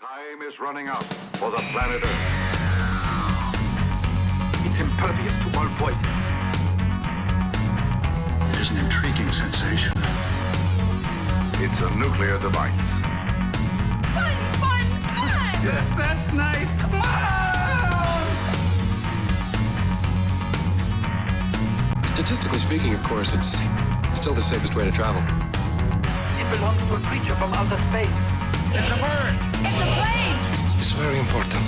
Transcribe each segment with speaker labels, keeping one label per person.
Speaker 1: Time is running out for the planet Earth. It's impervious to all voices.
Speaker 2: is an intriguing sensation.
Speaker 1: It's a nuclear device.
Speaker 3: fun, fun, fun!
Speaker 1: that's nice. Come on!
Speaker 4: Statistically speaking, of course, it's still the safest way to travel.
Speaker 5: It belongs to a creature from outer space. It's a bird.
Speaker 3: It's a plane!
Speaker 6: It's very important.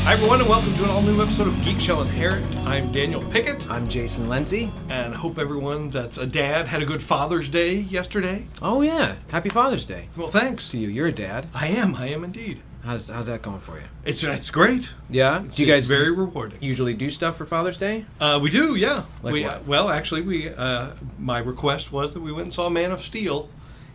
Speaker 7: Hi everyone, and welcome to an all-new episode of Geek Shell Inherent. I'm Daniel Pickett,
Speaker 8: I'm Jason Lindsay.
Speaker 7: and I hope everyone that's a dad had a good Father's Day yesterday.
Speaker 8: Oh yeah, happy Father's Day
Speaker 7: Well, thanks.
Speaker 8: to you. You're a dad.
Speaker 7: I am. I am indeed.
Speaker 8: How's how's that going for you?
Speaker 7: It's it's great.
Speaker 8: Yeah. Do you
Speaker 7: It's
Speaker 8: guys
Speaker 7: very rewarding?
Speaker 8: usually do stuff for Father's Day?
Speaker 7: Uh, we do, yeah.
Speaker 8: Like
Speaker 7: we
Speaker 8: what?
Speaker 7: well, actually, we uh, my request was that we went and saw Man of Steel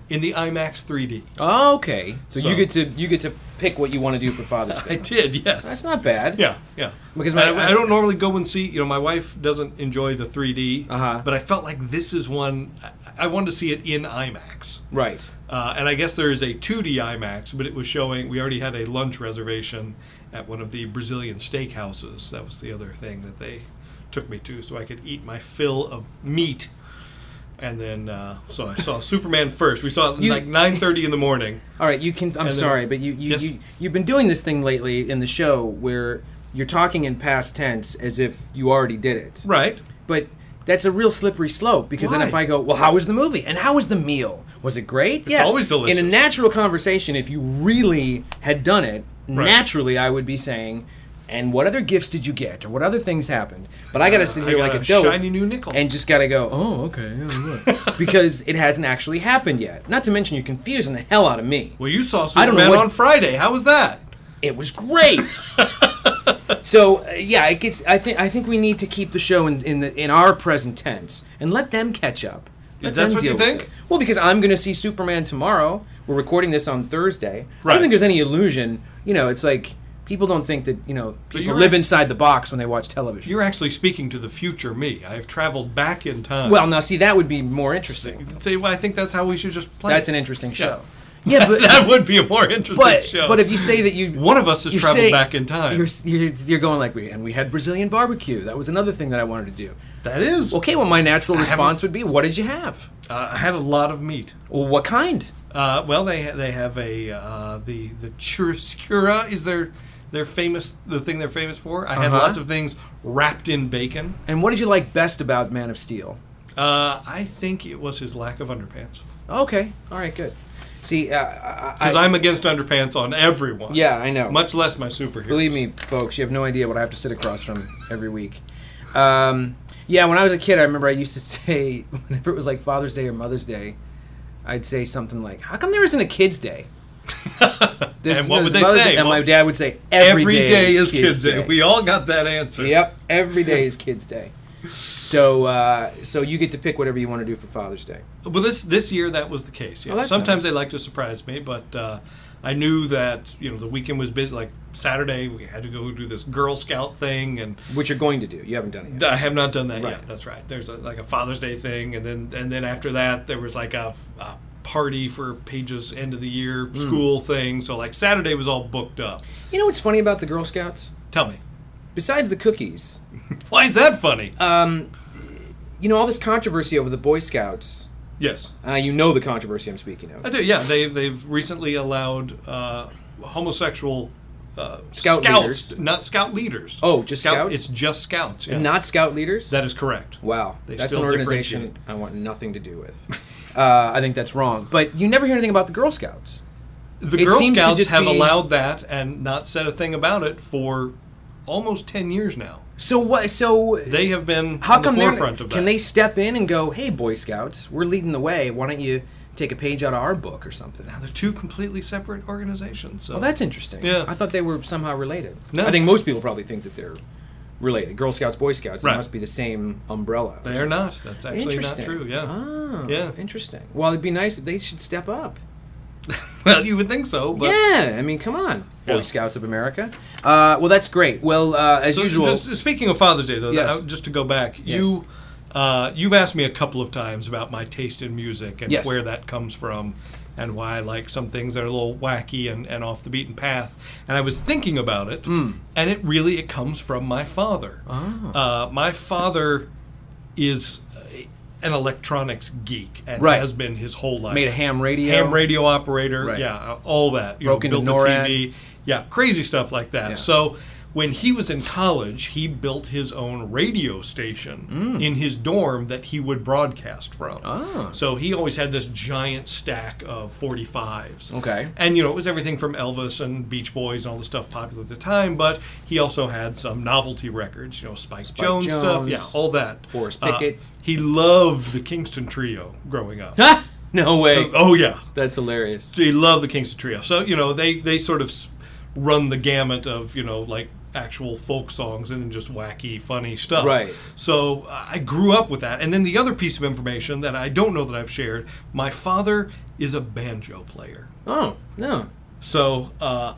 Speaker 7: in the IMAX 3D.
Speaker 8: Oh, okay. So,
Speaker 7: So-
Speaker 8: you get to you get to pick what you want to do for Father's
Speaker 7: I
Speaker 8: Day.
Speaker 7: did, yes.
Speaker 8: That's not bad.
Speaker 7: Yeah, yeah.
Speaker 8: Because
Speaker 7: And
Speaker 8: my-
Speaker 7: I, I don't normally go and see. You know, my wife doesn't enjoy the 3D,
Speaker 8: Uh-huh.
Speaker 7: but I felt like this is one. I, I wanted to see it in IMAX,
Speaker 8: Right.
Speaker 7: uh, and I guess there is a 2D IMAX, but it was showing. We already had a lunch reservation at one of the Brazilian steakhouses. That was the other thing that they took me to, so I could eat my fill of meat. And then, uh, so I saw Superman first. We saw it
Speaker 8: You-
Speaker 7: like 9:30 in the morning.
Speaker 8: All right. You can. I'm
Speaker 7: then-
Speaker 8: sorry, but you you,
Speaker 7: Yes?
Speaker 8: you you've been doing this thing lately in the show where you're talking in past tense as if you already did it.
Speaker 7: Right.
Speaker 8: But that's a real slippery slope because then if
Speaker 7: Right.
Speaker 8: I go, well, how was the movie? And how was the meal? Was it great? It's
Speaker 7: always delicious.
Speaker 8: In a natural conversation, if you really had done it,
Speaker 7: Right.
Speaker 8: naturally I would be saying, and what other gifts did you get? Or what other things happened? But I got to sit
Speaker 7: Uh, I
Speaker 8: here
Speaker 7: got
Speaker 8: like a,
Speaker 7: a
Speaker 8: dope
Speaker 7: shiny new nickel.
Speaker 8: and just got to go, oh, okay. yeah, right." because it hasn't actually happened yet. Not to mention you're confusing the hell out of me.
Speaker 7: Well, you saw
Speaker 8: I don't know
Speaker 7: Superman
Speaker 8: what-
Speaker 7: on Friday. How was that?
Speaker 8: It was great. so uh, yeah, it gets. I think I think we need to keep the show in in, the, in our present tense and let them catch up. Let
Speaker 7: That's
Speaker 8: them
Speaker 7: what you
Speaker 8: deal with
Speaker 7: think?
Speaker 8: it. Well, because I'm going to see Superman tomorrow. We're recording this on Thursday. I
Speaker 7: Right.
Speaker 8: don't think there's any illusion. You know, it's like people don't think that you know people
Speaker 7: you're-
Speaker 8: live inside the box when they watch television.
Speaker 7: You're actually speaking to the future me. I have traveled back in time.
Speaker 8: well, now see that would be more interesting.
Speaker 7: say, well, I think that's how we should just play.
Speaker 8: That's
Speaker 7: it.
Speaker 8: an interesting show. Yeah, but
Speaker 7: That would be a more interesting
Speaker 8: but
Speaker 7: show.
Speaker 8: but if you say that you
Speaker 7: One of us has
Speaker 8: you
Speaker 7: traveled
Speaker 8: say-
Speaker 7: back in time.
Speaker 8: you're, you're you're going like we and we had Brazilian barbecue. That was another thing that I wanted to do.
Speaker 7: that is
Speaker 8: Okay, well, my natural
Speaker 7: haven't-
Speaker 8: response would be, "What did you have?
Speaker 7: Uh, I had a lot of meat.
Speaker 8: Well, what kind?"
Speaker 7: Uh, well, they they have a uh, the the churrascura is their their famous the thing they're famous for. I had
Speaker 8: Uh-huh.
Speaker 7: lots of things wrapped in bacon.
Speaker 8: And what did you like best about Man of Steel?
Speaker 7: Uh, I think it was his lack of underpants
Speaker 8: Okay, all right, good. See, uh, I,
Speaker 7: because
Speaker 8: I-
Speaker 7: I'm against underpants on everyone.
Speaker 8: yeah, I know.
Speaker 7: much less my superhero.
Speaker 8: Believe me, folks, you have no idea what I have to sit across from every week. Um, yeah, when I was a kid, I remember I used to say whenever it was like Father's Day or Mother's Day, I'd say something like, "How come there isn't a Kids' Day?" There's-
Speaker 7: And what would
Speaker 8: there's
Speaker 7: they
Speaker 8: Mother's
Speaker 7: say?
Speaker 8: Day- and
Speaker 7: Well,
Speaker 8: my dad would say,
Speaker 7: every day is Kids Day. We all got that answer.
Speaker 8: Yep, every day is Kids Day. So, uh, so you get to pick whatever you want to do for Father's Day.
Speaker 7: Well, this this year that was the case. Yeah.
Speaker 8: Oh, that's
Speaker 7: Sometimes
Speaker 8: nice.
Speaker 7: they like to surprise me, but uh, I knew that you know the weekend was busy. Like Saturday, we had to go do this Girl Scout thing, and
Speaker 8: Which you're going to do. You haven't done it yet.
Speaker 7: I have not done that yet.
Speaker 8: Right.
Speaker 7: That's right. There's a, like a Father's Day thing, and then and then after that there was like a, a party for Paige's end of the year
Speaker 8: Hmm.
Speaker 7: school thing. So like Saturday was all booked up.
Speaker 8: You know what's funny about the Girl Scouts?
Speaker 7: Tell me,
Speaker 8: Besides the cookies,
Speaker 7: why is that funny?
Speaker 8: Uh, you know all this controversy over the Boy Scouts.
Speaker 7: yes,
Speaker 8: Uh, you know the controversy I'm speaking of.
Speaker 7: I do. Yeah, they've they've recently allowed uh, homosexual uh,
Speaker 8: Scout
Speaker 7: scouts,
Speaker 8: leaders.
Speaker 7: not scout leaders.
Speaker 8: Oh, just scouts?
Speaker 7: It's just scouts. Yeah.
Speaker 8: Not scout leaders.
Speaker 7: that is correct.
Speaker 8: wow,
Speaker 7: They
Speaker 8: that's
Speaker 7: still
Speaker 8: an organization
Speaker 7: differentiate.
Speaker 8: I want nothing to do with. Uh, I think that's wrong. But you never hear anything about the Girl Scouts.
Speaker 7: The
Speaker 8: It
Speaker 7: Girl
Speaker 8: seems to
Speaker 7: Scouts
Speaker 8: just
Speaker 7: have
Speaker 8: be-
Speaker 7: allowed that and not said a thing about it for almost ten years now.
Speaker 8: So what? So
Speaker 7: They have been
Speaker 8: how
Speaker 7: on
Speaker 8: come
Speaker 7: the
Speaker 8: they're
Speaker 7: forefront of that.
Speaker 8: can they step in and go, "Hey, Boy Scouts, we're leading the way. Why don't you take a page out of our book or something?"
Speaker 7: They're two completely separate organizations. So
Speaker 8: Well, that's interesting.
Speaker 7: Yeah.
Speaker 8: I thought they were somehow related.
Speaker 7: No.
Speaker 8: I think most people probably think that they're related. Girl Scouts, Boy Scouts,
Speaker 7: Right.
Speaker 8: they must be the same umbrella.
Speaker 7: they are not. That's actually not
Speaker 8: Interesting.
Speaker 7: true. Yeah.
Speaker 8: Oh,
Speaker 7: Yeah.
Speaker 8: interesting. Well, it'd be nice if they should step up.
Speaker 7: Well, you would think so, but
Speaker 8: yeah, I mean, come on, Boy
Speaker 7: Yeah.
Speaker 8: Scouts of America. Uh, well, that's great. Well, uh, as
Speaker 7: So,
Speaker 8: usual,
Speaker 7: just- speaking of Father's Day, though,
Speaker 8: Yes.
Speaker 7: uh, just to go back,
Speaker 8: Yes.
Speaker 7: you Uh, you've asked me a couple of times about my taste in music and
Speaker 8: Yes.
Speaker 7: where that comes from and why I like some things that are a little wacky and, and off the beaten path. And I was thinking about it,
Speaker 8: Hmm.
Speaker 7: and it really it comes from my father.
Speaker 8: Ah.
Speaker 7: Uh, my father is uh, an electronics geek and
Speaker 8: Right.
Speaker 7: has been his whole life.
Speaker 8: Made a ham radio.
Speaker 7: Ham radio operator,
Speaker 8: Right.
Speaker 7: yeah, all that. You
Speaker 8: Broke into
Speaker 7: built
Speaker 8: NORAD.
Speaker 7: a TV, yeah, crazy stuff like that.
Speaker 8: Yeah.
Speaker 7: So when he was in college, he built his own radio station in his dorm that he would broadcast from.
Speaker 8: Mm. Ah.
Speaker 7: So he always had this giant stack of 45s.
Speaker 8: Okay.
Speaker 7: And, you know, it was everything from Elvis and Beach Boys and all the stuff popular at the time, but he also had some novelty records, you know, Spike, Jones, stuff,
Speaker 8: Jones.
Speaker 7: yeah, all that.
Speaker 8: Horace
Speaker 7: Uh,
Speaker 8: Pickett.
Speaker 7: he loved the Kingston Trio growing up.
Speaker 8: no way.
Speaker 7: oh, yeah
Speaker 8: That's hilarious.
Speaker 7: they love the Kingston Trio. So you know they they sort of s- run the gamut of you know like actual folk songs and then just wacky funny stuff.
Speaker 8: Right.
Speaker 7: So I I grew up with that. And then the other piece of information that I don't know that I've shared, my father is a banjo player.
Speaker 8: Oh no,
Speaker 7: So uh,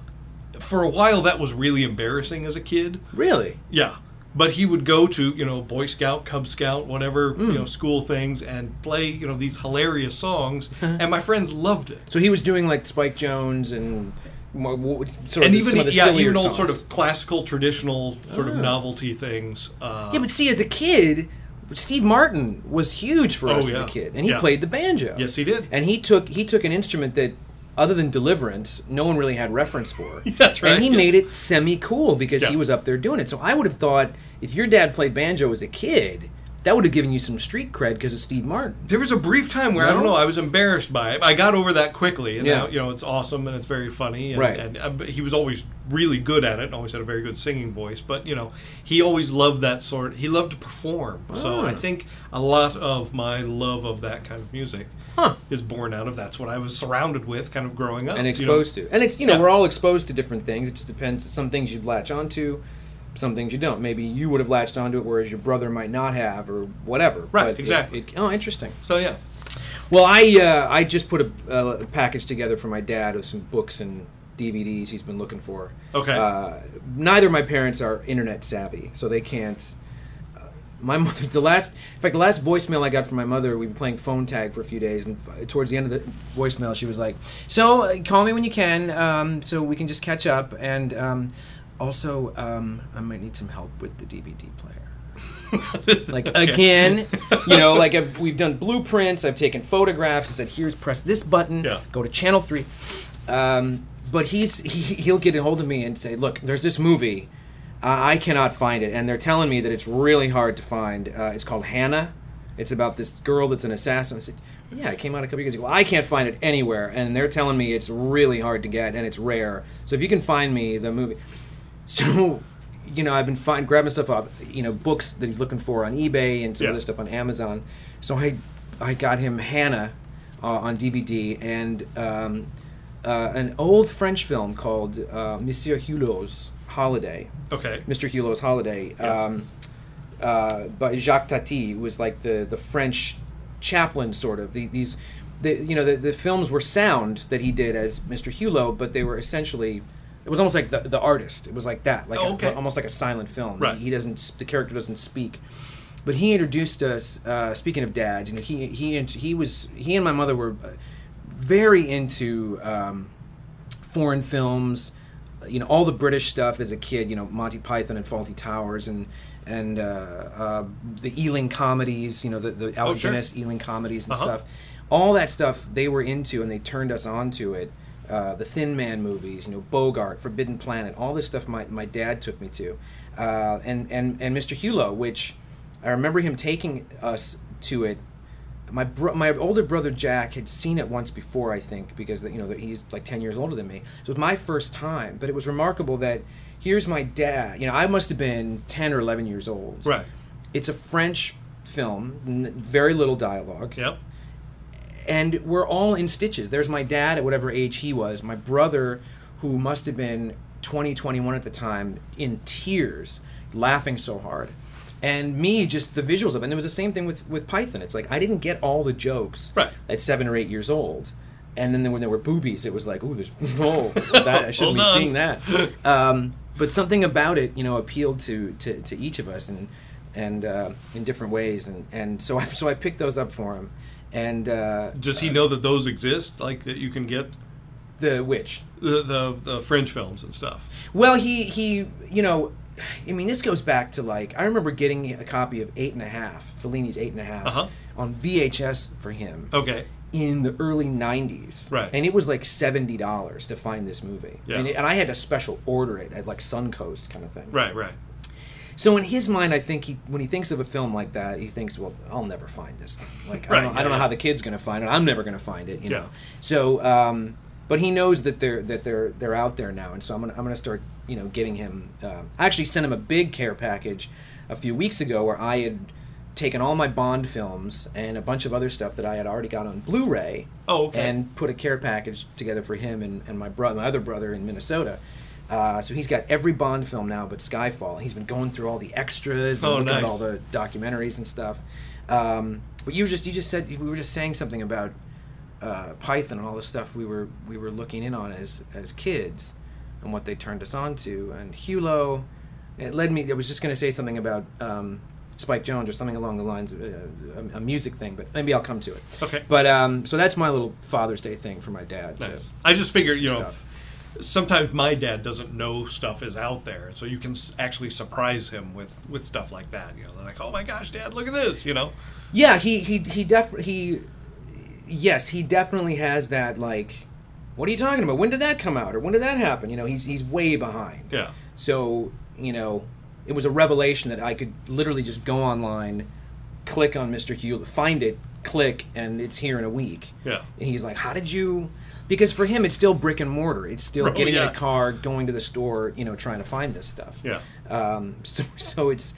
Speaker 7: for a while that was really embarrassing as a kid.
Speaker 8: really?
Speaker 7: Yeah. But he would go to, you know, Boy Scout, Cub Scout, whatever, you know, school things and play, you know, these hilarious songs. and my friends loved it.
Speaker 8: So he was doing like Spike Jones and more, wo- sort of
Speaker 7: and
Speaker 8: some
Speaker 7: even
Speaker 8: of the
Speaker 7: yeah,
Speaker 8: sillier
Speaker 7: even old
Speaker 8: songs. Ah.
Speaker 7: sort of classical, traditional sort of novelty things. Uh,
Speaker 8: Yeah, but see, as a kid, Steve Martin was huge for us as
Speaker 7: Oh, yeah.
Speaker 8: a kid, and he
Speaker 7: Yeah.
Speaker 8: played the banjo.
Speaker 7: Yes, he did.
Speaker 8: And he took he took an instrument that, other than Deliverance, no one really had reference for.
Speaker 7: That's right.
Speaker 8: And he made it semi cool because
Speaker 7: Yeah.
Speaker 8: he was up there doing it. So I would have thought if your dad played banjo as a kid, that would have given you some street cred because of Steve Martin.
Speaker 7: there was a brief time where I don't
Speaker 8: No?
Speaker 7: know, I was embarrassed by it. I got over that quickly, and
Speaker 8: Yeah.
Speaker 7: now you know it's awesome and it's very funny. And,
Speaker 8: Right.
Speaker 7: And uh, but he was always really good at it, and always had a very good singing voice. But you know, he always loved that sort. He loved to perform. So
Speaker 8: Ah.
Speaker 7: I think a lot of my love of that kind of music. Is born out of that's what I was surrounded with, kind of growing up
Speaker 8: and
Speaker 7: Oh, you know.
Speaker 8: exposed to. And it's you know
Speaker 7: Yeah.
Speaker 8: we're all exposed to different things. It just depends. Some things you'd latch onto, some things you don't. Maybe you would have latched onto it, whereas your brother might not have, or whatever.
Speaker 7: Right,
Speaker 8: But it-
Speaker 7: exactly.
Speaker 8: it- oh, interesting.
Speaker 7: So yeah,
Speaker 8: Well, I uh, I just put a, uh package together for my dad of some books and DVDs he's been looking for.
Speaker 7: Okay.
Speaker 8: Uh, neither of my parents are internet savvy, so they can't. uh, My mother, the last, in fact, the last voicemail I got from my mother, we've been playing phone tag for a few days, and f- towards the end of the voicemail, she was like, "So uh, call me when you can, um, so we can just catch up, and um, also um, I might need some help with the DVD player." like again you know like I've, we've done blueprints i've taken photographs i said here's press this button
Speaker 7: Yeah.
Speaker 8: go to channel 3 um, but he's he, he'll get a hold of me and say look there's this movie uh, i cannot find it and they're telling me that it's really hard to find uh, it's called hannah it's about this girl that's an assassin i said yeah it came out a couple years ago well i can't find it anywhere and they're telling me it's really hard to get and it's rare so if you can find me the movie so you know i've been find, grabbing stuff up you know books that he's looking for on ebay and some
Speaker 7: Yeah.
Speaker 8: other stuff on amazon so i i got him hannah uh, on dvd and um, uh, an old french film called uh, monsieur hulot's holiday
Speaker 7: okay,
Speaker 8: mr hulot's holiday um, uh, by jacques tati who was like the, the french chaplain sort of the, these the, you know the, the films were sound that he did as mr hulot but they were essentially it was almost like the, the artist it was like that like a-
Speaker 7: Oh, okay.
Speaker 8: almost like a silent film
Speaker 7: Right.
Speaker 8: he, he doesn't s- the character doesn't speak but he introduced us uh, speaking of dads you know he he and he was he and my mother were uh, very into um, foreign films, you know, all the British stuff as a kid, you know, Monty Python and Faulty Towers and and uh, uh, the Ealing comedies, you know, the, the Al
Speaker 7: Oh, sure.
Speaker 8: Guinness Ealing comedies and
Speaker 7: Uh-huh.
Speaker 8: stuff. All that stuff they were into and they turned us onto it. Uh, the Thin Man movies, you know, Bogart, Forbidden Planet, all this stuff my, my dad took me to. Uh, and, and, and Mr. Hulot, which I remember him taking us to it my bro- my older brother Jack had seen it once before, I think, because you know that he's like ten years older than me. So it was my first time, but it was remarkable that here's my dad. You know, I must have been ten or eleven years old.
Speaker 7: right,
Speaker 8: It's a French film, n- very little dialogue
Speaker 7: yep,
Speaker 8: and we're all in stitches. There's my dad at whatever age he was, my brother, who must have been 20, 21 at the time, in tears, laughing so hard. And me, just the visuals of it. And it was the same thing with, with Python. It's like I didn't get all the jokes
Speaker 7: Right.
Speaker 8: at seven or eight years old. And then when there were boobies, it was like, ooh, there's, oh, that, I
Speaker 7: Hold
Speaker 8: shouldn't be
Speaker 7: on.
Speaker 8: seeing that. Um, but something about it, you know, appealed to, to, to each of us. And and uh, in different ways, and and so I so I picked those up for him, and uh,
Speaker 7: Does he know that those exist? Like that you can get
Speaker 8: the witch.
Speaker 7: the the, the French films and stuff.
Speaker 8: Well, he he, you know, I mean, this goes back to like I remember getting a copy of Eight and a Half, Fellini's Eight and a Half,
Speaker 7: Uh-huh.
Speaker 8: on VHS for him
Speaker 7: Okay.
Speaker 8: in the early '90s,
Speaker 7: Right.
Speaker 8: And it was like seventy dollars to find this movie,
Speaker 7: Yeah.
Speaker 8: and, it- and I had to special order it at like Suncoast kind of thing,
Speaker 7: Right. Right.
Speaker 8: So in his mind, I think he when he thinks of a film like that, he thinks, "Well, I'll never find this thing. Like I
Speaker 7: Right,
Speaker 8: don't, know,
Speaker 7: yeah,
Speaker 8: I don't know
Speaker 7: yeah.
Speaker 8: how the kid's going to find it. I'm never going to find it." You
Speaker 7: Yeah.
Speaker 8: know. So, um, but he knows that they're that they're they're out there now, and so I'm gonna I'm gonna start you know getting him. Um, I actually sent him a big care package a few weeks ago where I had taken all my Bond films and a bunch of other stuff that I had already got on Blu-ray
Speaker 7: Oh, okay.
Speaker 8: and put a care package together for him and, and my brother, my other brother in Minnesota. Uh, so he's got every Bond film now, but Skyfall. He's been going through all the extras and
Speaker 7: Oh,
Speaker 8: looking at
Speaker 7: nice.
Speaker 8: all the documentaries and stuff. Um, but you just you just said we were just saying something about uh, Python and all the stuff we were we were looking in on as as kids and what they turned us on to. And Hulo, it led me. I was just going to say something about um, Spike Jones or something along the lines of uh, a, a music thing, but maybe I'll come to it.
Speaker 7: Okay.
Speaker 8: But um, so that's my little Father's Day thing for my dad.
Speaker 7: Nice.
Speaker 8: to-
Speaker 7: I just figured, you know,
Speaker 8: stuff.
Speaker 7: sometimes my dad doesn't know stuff is out there, so you can s- actually surprise him with with stuff like that. You know, like, oh my gosh, Dad, look at this. You know,
Speaker 8: Yeah, he he he def he yes, he definitely has that like what are you talking about? When did that come out or when did that happen? You know, he's he's way behind.
Speaker 7: yeah,
Speaker 8: So, you know, it was a revelation that I could literally just go online, click on Mr. Hewlett, find it, click, and it's here in a week.
Speaker 7: Yeah.
Speaker 8: And he's like, How did you because for him it's still brick and mortar. It's still
Speaker 7: Oh,
Speaker 8: getting in
Speaker 7: yeah.
Speaker 8: a car, going to the store, you know, trying to find this stuff.
Speaker 7: yeah,
Speaker 8: Um, so, so it's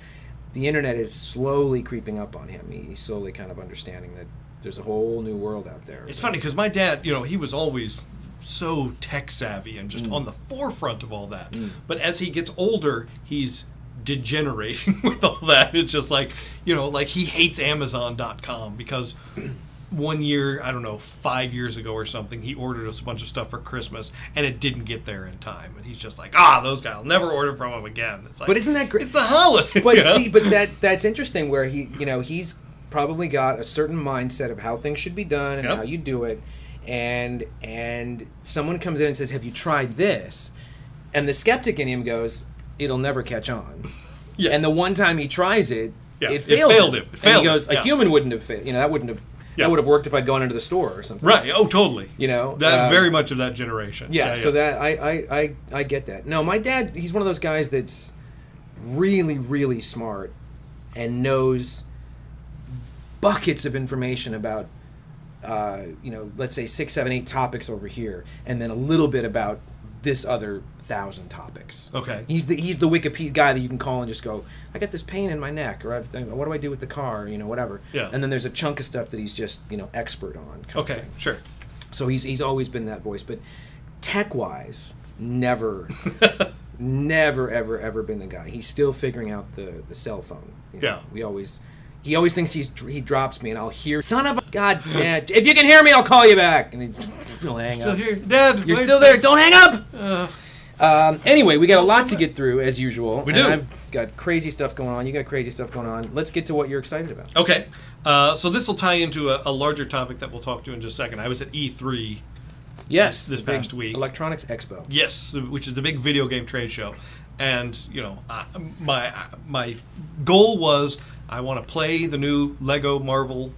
Speaker 8: the internet is slowly creeping up on him. He- He's slowly kind of understanding that there's a whole new world out there.
Speaker 7: It's funny because my dad, you know, he was always so tech savvy and
Speaker 8: Mm.
Speaker 7: just on the forefront of all that. But as he gets older, he's degenerating with all that. It's just like, you know, like he hates Amazon.com because one year, I don't know, five years ago or something, he ordered us a bunch of stuff for Christmas and it didn't get there in time. And he's just like, ah, those guys, I'll never order from them again. It's like,
Speaker 8: But isn't that great?
Speaker 7: It's the holiday.
Speaker 8: But see, but that that's interesting. Where he, you know, he's probably got a certain mindset of how things should be done and
Speaker 7: Yep.
Speaker 8: how you do it, and and someone comes in and says, "Have you tried this?" And the skeptic in him goes, "It'll never catch on."
Speaker 7: Yeah.
Speaker 8: And the one time he tries it,
Speaker 7: Yeah,
Speaker 8: it
Speaker 7: it
Speaker 8: fails.
Speaker 7: failed him. It
Speaker 8: and
Speaker 7: failed
Speaker 8: he goes,
Speaker 7: him,
Speaker 8: "A
Speaker 7: yeah.
Speaker 8: human wouldn't have failed. You know, that wouldn't have."
Speaker 7: Yeah.
Speaker 8: That would have worked if I'd gone into the store or something.
Speaker 7: Right. Oh, totally.
Speaker 8: You know,
Speaker 7: that
Speaker 8: um,
Speaker 7: very much of that generation.
Speaker 8: yeah, so that I, I i i get that no my dad he's one of those guys that's really really smart and knows buckets of information about uh, you know let's say six seven eight topics over here and then a little bit about this other thousand topics
Speaker 7: Okay.
Speaker 8: he's the he's the wikipedia guy that you can call and just go i got this pain in my neck or I've, what do i do with the car you know whatever
Speaker 7: Yeah.
Speaker 8: and then there's a chunk of stuff that he's just you know expert on kind of
Speaker 7: Okay.
Speaker 8: thing.
Speaker 7: Sure.
Speaker 8: So he's he's always been that voice, but tech wise, never, never, ever, ever been the guy. He's still figuring out the the cell phone. you know.
Speaker 7: Yeah.
Speaker 8: we always. He always thinks he's he drops me and I'll hear son of a god man if you can hear me I'll call you back and he'll hang
Speaker 7: Still
Speaker 8: up.
Speaker 7: here, Dad.
Speaker 8: You're
Speaker 7: wait.
Speaker 8: still there. Don't hang up. um, anyway, we got a lot to get through as usual.
Speaker 7: We
Speaker 8: and
Speaker 7: do.
Speaker 8: I've got crazy stuff going on. You got crazy stuff going on. Let's get to what you're excited about.
Speaker 7: Okay, uh, so this will tie into a, a larger topic that we'll talk to in just a second. I was at E E3,
Speaker 8: Yes,
Speaker 7: This
Speaker 8: the big
Speaker 7: past week.
Speaker 8: Electronics Expo.
Speaker 7: yes, which is the big video game trade show, and you know, I, my my goal was I want to play the new Lego Marvel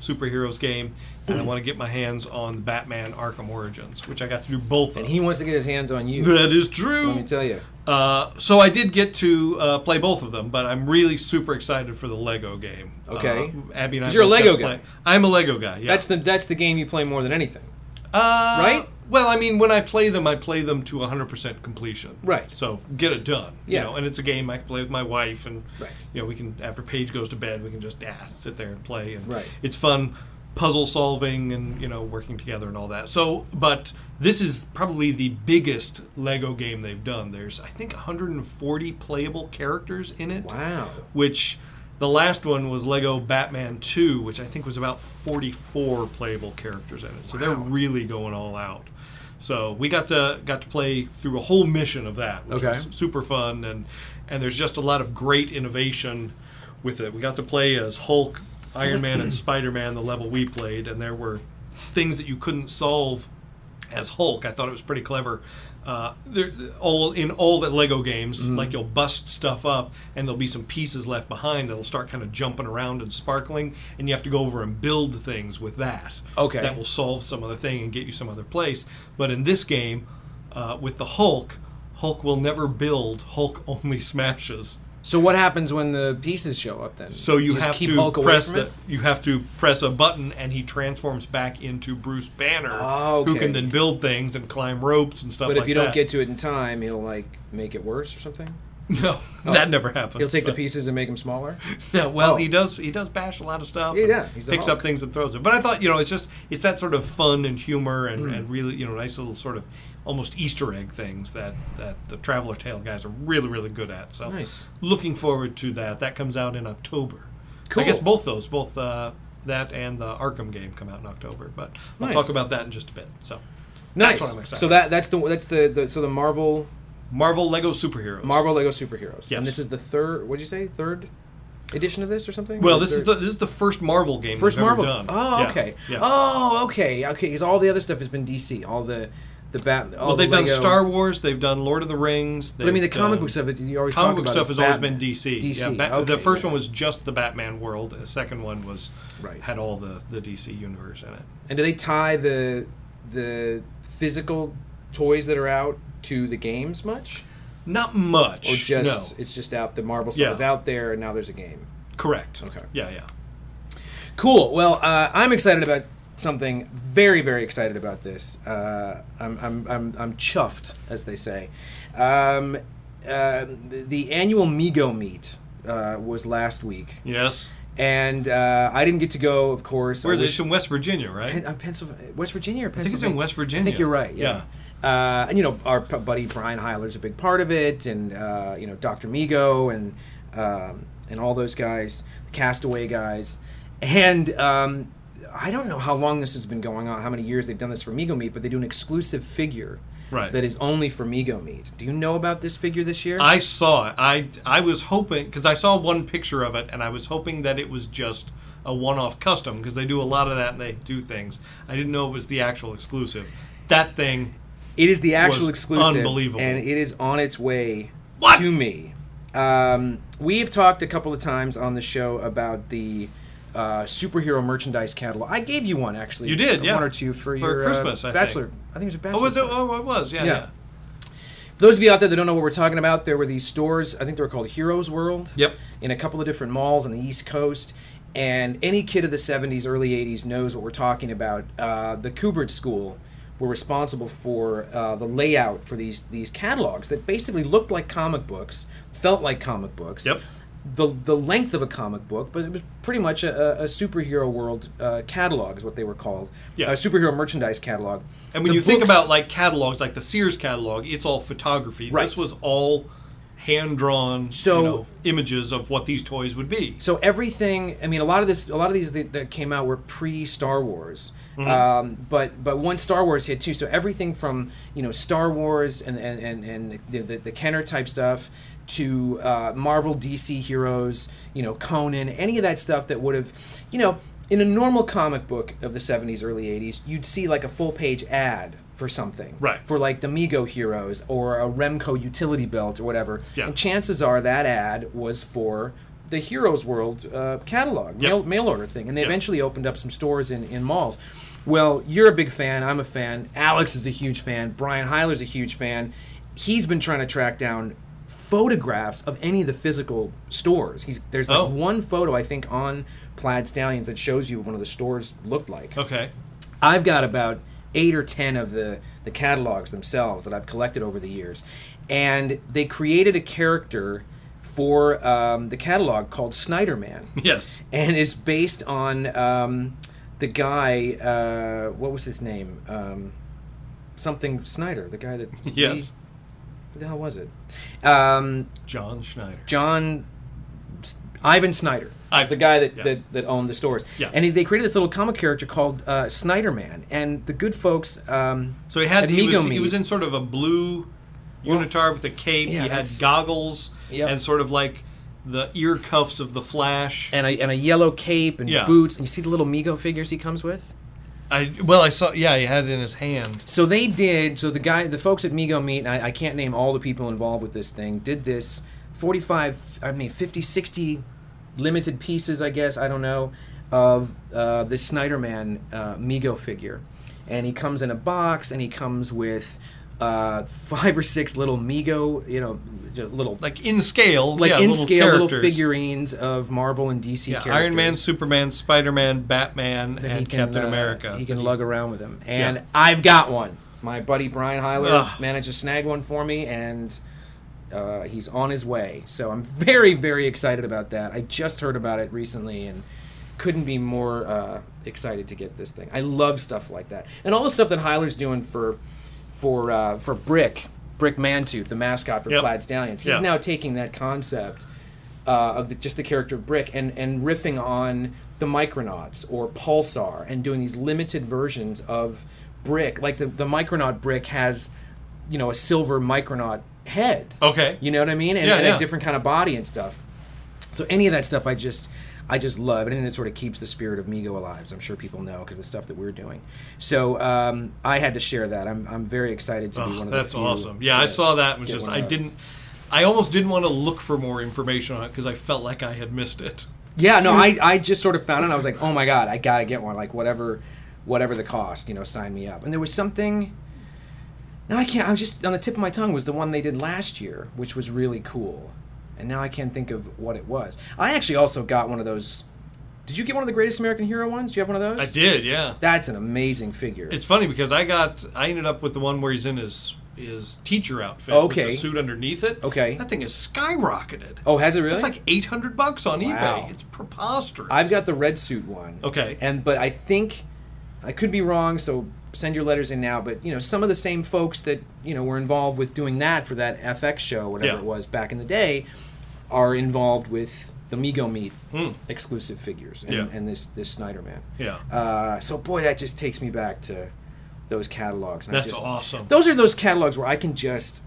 Speaker 7: superheroes game, and I want to get my hands on Batman Arkham Origins, which I got to do both of.
Speaker 8: He wants to get his hands on you.
Speaker 7: that is true.
Speaker 8: Let me tell you.
Speaker 7: Uh, so I did get to uh, play both of them, but I'm really super excited for the Lego game.
Speaker 8: Okay.
Speaker 7: uh, Abby and I.
Speaker 8: 'Cause you're a
Speaker 7: both got
Speaker 8: Lego
Speaker 7: to play-
Speaker 8: guy.
Speaker 7: I'm a Lego guy. Yeah,
Speaker 8: That's the that's the game you play more than anything.
Speaker 7: Uh,
Speaker 8: Right?
Speaker 7: Well, I mean, when I play them, I play them to 100% completion.
Speaker 8: Right.
Speaker 7: So get it done.
Speaker 8: Yeah.
Speaker 7: You know, and it's a game I can play with my wife, and
Speaker 8: Right.
Speaker 7: you know, we can after Paige goes to bed, we can just ah, sit there and play, and
Speaker 8: Right.
Speaker 7: it's fun puzzle solving and you know working together and all that. So, but this is probably the biggest Lego game they've done. There's I think 140 playable characters in it
Speaker 8: Wow.
Speaker 7: which the last one was Lego Batman 2, which I think was about 44 playable characters in it. So they're really going all out. So we got to got to play through a whole mission of that, which
Speaker 8: Okay.
Speaker 7: was super fun and and there's just a lot of great innovation with it. We got to play as Hulk, Iron Man, and Spider Man, the level we played, and there were things that you couldn't solve as Hulk. I thought it was pretty clever. Uh, there, all in all the Lego games, like you'll bust stuff up, and there'll be some pieces left behind that'll start kind of jumping around and sparkling, and you have to go over and build things with that.
Speaker 8: Okay.
Speaker 7: that will solve some other thing and get you some other place. But in this game, uh, with the Hulk, Hulk will never build. Hulk only smashes.
Speaker 8: So what happens when the pieces show up then?
Speaker 7: So you,
Speaker 8: just
Speaker 7: have
Speaker 8: keep
Speaker 7: to
Speaker 8: Hulk away
Speaker 7: press
Speaker 8: from
Speaker 7: the,
Speaker 8: it?
Speaker 7: you have to press a button and he transforms back into Bruce Banner,
Speaker 8: Oh,
Speaker 7: who
Speaker 8: okay.
Speaker 7: can then build things and climb ropes and stuff.
Speaker 8: But
Speaker 7: like
Speaker 8: if you don't
Speaker 7: that.
Speaker 8: get to it in time, he'll like make it worse or something.
Speaker 7: no, that never happens.
Speaker 8: Oh. He'll take the
Speaker 7: but-
Speaker 8: pieces and make them smaller.
Speaker 7: No, well,
Speaker 8: Oh.
Speaker 7: he does. He does bash a lot of stuff.
Speaker 8: Yeah,
Speaker 7: and
Speaker 8: yeah, he's the
Speaker 7: picks
Speaker 8: Hulk.
Speaker 7: up things and throws it. But I thought, you know, it's just it's that sort of fun and humor and,
Speaker 8: Mm.
Speaker 7: and really, you know, nice little sort of almost Easter egg things that that the Traveler Tale guys are really really good at. So
Speaker 8: Nice.
Speaker 7: Looking forward to that. That comes out in October.
Speaker 8: Cool.
Speaker 7: I guess both those, both uh, that and the Arkham game, come out in October. But I'll
Speaker 8: Nice.
Speaker 7: talk about that in just a bit. So.
Speaker 8: Nice.
Speaker 7: what I'm excited
Speaker 8: So that that's the that's the, the so the Marvel
Speaker 7: Marvel Lego Superheroes.
Speaker 8: Marvel Lego superheroes.
Speaker 7: Yes.
Speaker 8: And this is the third. What'd you say? Third edition of this or something?
Speaker 7: Well,
Speaker 8: Or
Speaker 7: this is
Speaker 8: third-
Speaker 7: the this is the first Marvel game
Speaker 8: first
Speaker 7: we've
Speaker 8: Marvel.
Speaker 7: ever done.
Speaker 8: Oh,
Speaker 7: Yeah,
Speaker 8: okay.
Speaker 7: Yeah.
Speaker 8: Oh, okay. Okay, because all the other stuff has been DC. All the the Bat. All
Speaker 7: Well,
Speaker 8: the
Speaker 7: they've
Speaker 8: Lego.
Speaker 7: done Star Wars. They've done Lord of the Rings.
Speaker 8: But I mean, the
Speaker 7: they've
Speaker 8: comic
Speaker 7: done-
Speaker 8: book stuff that you always
Speaker 7: um, comic book
Speaker 8: talk about
Speaker 7: stuff
Speaker 8: is
Speaker 7: has always
Speaker 8: Batman.
Speaker 7: been DC.
Speaker 8: DC.
Speaker 7: Yeah, Bat-
Speaker 8: okay,
Speaker 7: the first
Speaker 8: yeah.
Speaker 7: one was just the Batman world. The second one was
Speaker 8: Right.
Speaker 7: had all the, the DC universe in it.
Speaker 8: And do they tie the the physical toys that are out to the games much,
Speaker 7: Not much.
Speaker 8: or just
Speaker 7: no.
Speaker 8: it's just out the Marvel stuff
Speaker 7: Yeah.
Speaker 8: is out there and now there's a game?
Speaker 7: correct.
Speaker 8: Okay.
Speaker 7: Yeah, yeah.
Speaker 8: Cool. Well, uh, I'm excited about something. Very, very excited about this. Uh, I'm, I'm, I'm, I'm chuffed, as they say. Um, uh, the- the annual Migo meet uh, was last week,
Speaker 7: Yes.
Speaker 8: and uh, I didn't get to go, of course. I
Speaker 7: Where
Speaker 8: wish-
Speaker 7: it's in West Virginia, right?
Speaker 8: Pen- uh, Pennsylvania, West Virginia or
Speaker 7: I
Speaker 8: Pennsylvania?
Speaker 7: think it's in West Virginia.
Speaker 8: I think you're right. Yeah.
Speaker 7: Yeah.
Speaker 8: Uh, and you know, our p- buddy Brian Heiler's a big part of it, and uh, you know, Dr. Migo and um, and all those guys, the Castaway guys, and um, I don't know how long this has been going on, how many years they've done this for Migo Meat, but they do an exclusive figure
Speaker 7: Right.
Speaker 8: that is only for Migo Meat. Do you know about this figure this year?
Speaker 7: I saw it. I I was hoping because I saw one picture of it, and I was hoping that it was just a one-off custom because they do a lot of that and they do things. I didn't know it was the actual exclusive. That thing.
Speaker 8: It is the actual
Speaker 7: was
Speaker 8: exclusive,
Speaker 7: unbelievable.
Speaker 8: and it is on its way
Speaker 7: What?
Speaker 8: to me. Um, we've talked a couple of times on the show about the uh, superhero merchandise catalog. I gave you one actually.
Speaker 7: You did, yeah.
Speaker 8: one or two
Speaker 7: For
Speaker 8: for, your uh,
Speaker 7: Christmas, I think.
Speaker 8: bachelor. I think it was a bachelor.
Speaker 7: Oh, was it?
Speaker 8: party.
Speaker 7: Oh, it was. Yeah,
Speaker 8: Yeah.
Speaker 7: yeah.
Speaker 8: For those of you out there that don't know what we're talking about, there were these stores. I think they were called Heroes World.
Speaker 7: Yep.
Speaker 8: In a couple of different malls on the East Coast. And any kid of the 70s, early 80s knows what we're talking about. Uh, the Kubert School were responsible for uh, the layout for these these catalogs that basically looked like comic books, felt like comic books.
Speaker 7: Yep.
Speaker 8: The, the length of a comic book, but it was pretty much a, a superhero world uh, catalog, is what they were called.
Speaker 7: Yeah.
Speaker 8: A superhero merchandise catalog.
Speaker 7: And when
Speaker 8: The
Speaker 7: you think
Speaker 8: books-
Speaker 7: about like catalogs, like the Sears catalog, it's all photography.
Speaker 8: Right.
Speaker 7: This was all hand drawn
Speaker 8: So-
Speaker 7: you know, images of what these toys would be.
Speaker 8: so everything i mean a lot of this a lot of these that, that came out were pre star wars
Speaker 7: Mm-hmm.
Speaker 8: um, but but once star wars hit too so everything from you know star wars and and and, and the, the, the kenner type stuff to uh, marvel dc heroes you know conan any of that stuff that would have you know in a normal comic book of the 70s early 80s you'd see like a full page ad for something
Speaker 7: Right.
Speaker 8: for like the migo heroes or a remco utility belt or whatever
Speaker 7: Yeah.
Speaker 8: and chances are that ad was for the Heroes World uh, catalog, mail, mail order thing. And they
Speaker 7: Yep.
Speaker 8: eventually opened up some stores in, in malls. Well, you're a big fan. I'm a fan. Alex is a huge fan. Brian Heiler's a huge fan. He's been trying to track down photographs of any of the physical stores. He's There's like
Speaker 7: Oh.
Speaker 8: one photo, I think, on Plaid Stallions that shows you what one of the stores looked like.
Speaker 7: Okay.
Speaker 8: I've got about eight or ten of the the catalogs themselves that I've collected over the years, and they created a character for um, the catalog called Snyder Man,
Speaker 7: Yes.
Speaker 8: and is based on um, the guy. Uh, what was his name? Um, something Snyder, the guy that.
Speaker 7: Yes.
Speaker 8: Who the hell was it? Um,
Speaker 7: John Schneider.
Speaker 8: John S- Ivan Snyder. It's
Speaker 7: Ivan,
Speaker 8: the guy that,
Speaker 7: yeah.
Speaker 8: that, that owned the stores.
Speaker 7: Yeah.
Speaker 8: And he, they created this little comic character called uh, Snyder Man. And the good folks. Um,
Speaker 7: So he had he
Speaker 8: Amigo
Speaker 7: was,
Speaker 8: meat.
Speaker 7: he was in sort of a blue unitard with a cape.
Speaker 8: yeah,
Speaker 7: he had
Speaker 8: that's-
Speaker 7: goggles
Speaker 8: Yep.
Speaker 7: and sort of like the ear cuffs of the Flash.
Speaker 8: and a, and a yellow cape and
Speaker 7: Yeah.
Speaker 8: boots. And you see the little Mego figures he comes with?
Speaker 7: I well, I saw. Yeah, he had it in his hand.
Speaker 8: So they did. So the guy, the folks at Migo Meat, and I, I can't name all the people involved with this thing, did this 45, I mean 50, 60 limited pieces, I guess, I don't know, of uh, this Snyder Man uh, Migo figure. And he comes in a box and he comes with uh, five or six little Migo, you know, little.
Speaker 7: Like in scale,
Speaker 8: Like
Speaker 7: yeah,
Speaker 8: in scale little
Speaker 7: characters.
Speaker 8: figurines of Marvel and DC
Speaker 7: Yeah,
Speaker 8: characters.
Speaker 7: Iron Man, Superman, Spider Man, Batman,
Speaker 8: that
Speaker 7: and Captain
Speaker 8: uh,
Speaker 7: America.
Speaker 8: He can lug around with him. And
Speaker 7: Yeah.
Speaker 8: I've got one. My buddy Brian Heiler
Speaker 7: Ugh.
Speaker 8: managed to snag one for me, and uh, he's on his way. So I'm very, very excited about that. I just heard about it recently and couldn't be more uh, excited to get this thing. I love stuff like that, and all the stuff that Heiler's doing for for uh, for Brick Brick Mantooth, the mascot for
Speaker 7: Yep.
Speaker 8: Plaid Stallions. He's
Speaker 7: Yeah.
Speaker 8: now taking that concept uh, of the, just the character of Brick and, and riffing on the Micronauts or Pulsar and doing these limited versions of Brick. Like the, the Micronaut Brick has, you know, a silver Micronaut head.
Speaker 7: Okay.
Speaker 8: You know what I mean? And,
Speaker 7: Yeah,
Speaker 8: and
Speaker 7: yeah.
Speaker 8: a different kind of body and stuff. So any of that stuff, I just, I just love anything that sort of keeps the spirit of Migo alive. As I'm sure people know because the stuff that we're doing. So um, I had to share that. I'm, I'm very excited to be
Speaker 7: Ugh,
Speaker 8: one of the
Speaker 7: that's
Speaker 8: few
Speaker 7: awesome. Yeah, I
Speaker 8: to
Speaker 7: saw that. Was
Speaker 8: get
Speaker 7: just
Speaker 8: one
Speaker 7: I
Speaker 8: of those.
Speaker 7: didn't. I almost didn't want to look for more information on it because I felt like I had missed it.
Speaker 8: Yeah, no, I, I just sort of found it. And I was like, oh my god, I gotta get one. Like whatever, whatever the cost, you know, sign me up. And there was something. No, I can't. I was just on the tip of my tongue was the one they did last year, which was really cool. And now I can't think of what it was. I actually also got one of those. Did you get one of the Greatest American Hero ones? Do you have one of those?
Speaker 7: I did. Yeah.
Speaker 8: That's an amazing figure.
Speaker 7: It's funny because I got I ended up with the one where he's in his his teacher outfit
Speaker 8: Okay.
Speaker 7: with the suit underneath it.
Speaker 8: Okay.
Speaker 7: That thing is skyrocketed.
Speaker 8: oh, has it really?
Speaker 7: It's like 800 bucks on
Speaker 8: Wow.
Speaker 7: eBay. It's preposterous.
Speaker 8: I've got the red suit one.
Speaker 7: Okay.
Speaker 8: And but I think I could be wrong, so send your letters in now. But you know, some of the same folks that you know were involved with doing that for that FX show, whatever
Speaker 7: Yeah.
Speaker 8: it was back in the day, are involved with the Migo Meat exclusive figures and,
Speaker 7: Hmm. Yeah.
Speaker 8: and this this Snyder Man.
Speaker 7: Yeah.
Speaker 8: Uh, so boy, that just takes me back to those catalogs. and I
Speaker 7: That's
Speaker 8: just-
Speaker 7: awesome.
Speaker 8: Those are those catalogs where I can just,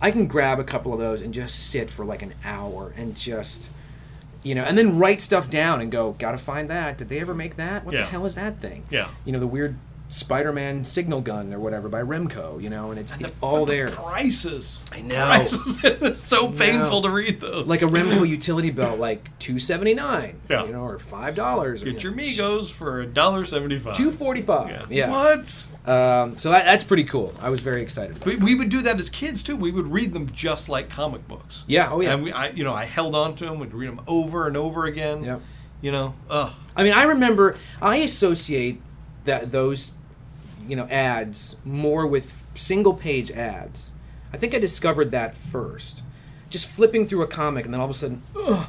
Speaker 8: I can grab a couple of those and just sit for like an hour and just, you know, and then write stuff down and go, gotta find that. Did they ever make that? What
Speaker 7: Yeah.
Speaker 8: the hell is that thing?
Speaker 7: Yeah.
Speaker 8: You know, the weird Spider-Man signal gun or whatever by Remco. You know, and it's it's all there.
Speaker 7: prices.
Speaker 8: I know.
Speaker 7: Prices. it's so painful to read those.
Speaker 8: Like a Remco utility belt, like two seventy nine.
Speaker 7: Yeah.
Speaker 8: You know, or five dollars.
Speaker 7: Get your Migos for a dollar seventy-five.
Speaker 8: Two forty five. Yeah.
Speaker 7: What?
Speaker 8: Um, so that, that's pretty cool. I was very excited. About it.
Speaker 7: We, we would do that as kids too. We would read them just like comic books.
Speaker 8: Yeah. Oh yeah.
Speaker 7: And we, I, you know, I held on to them. We'd read them over and over again.
Speaker 8: Yep.
Speaker 7: You know, ugh.
Speaker 8: I mean, I remember I associate that those, you know, ads more with single page ads. I think I discovered that first, just flipping through a comic, and then all of a sudden, ugh,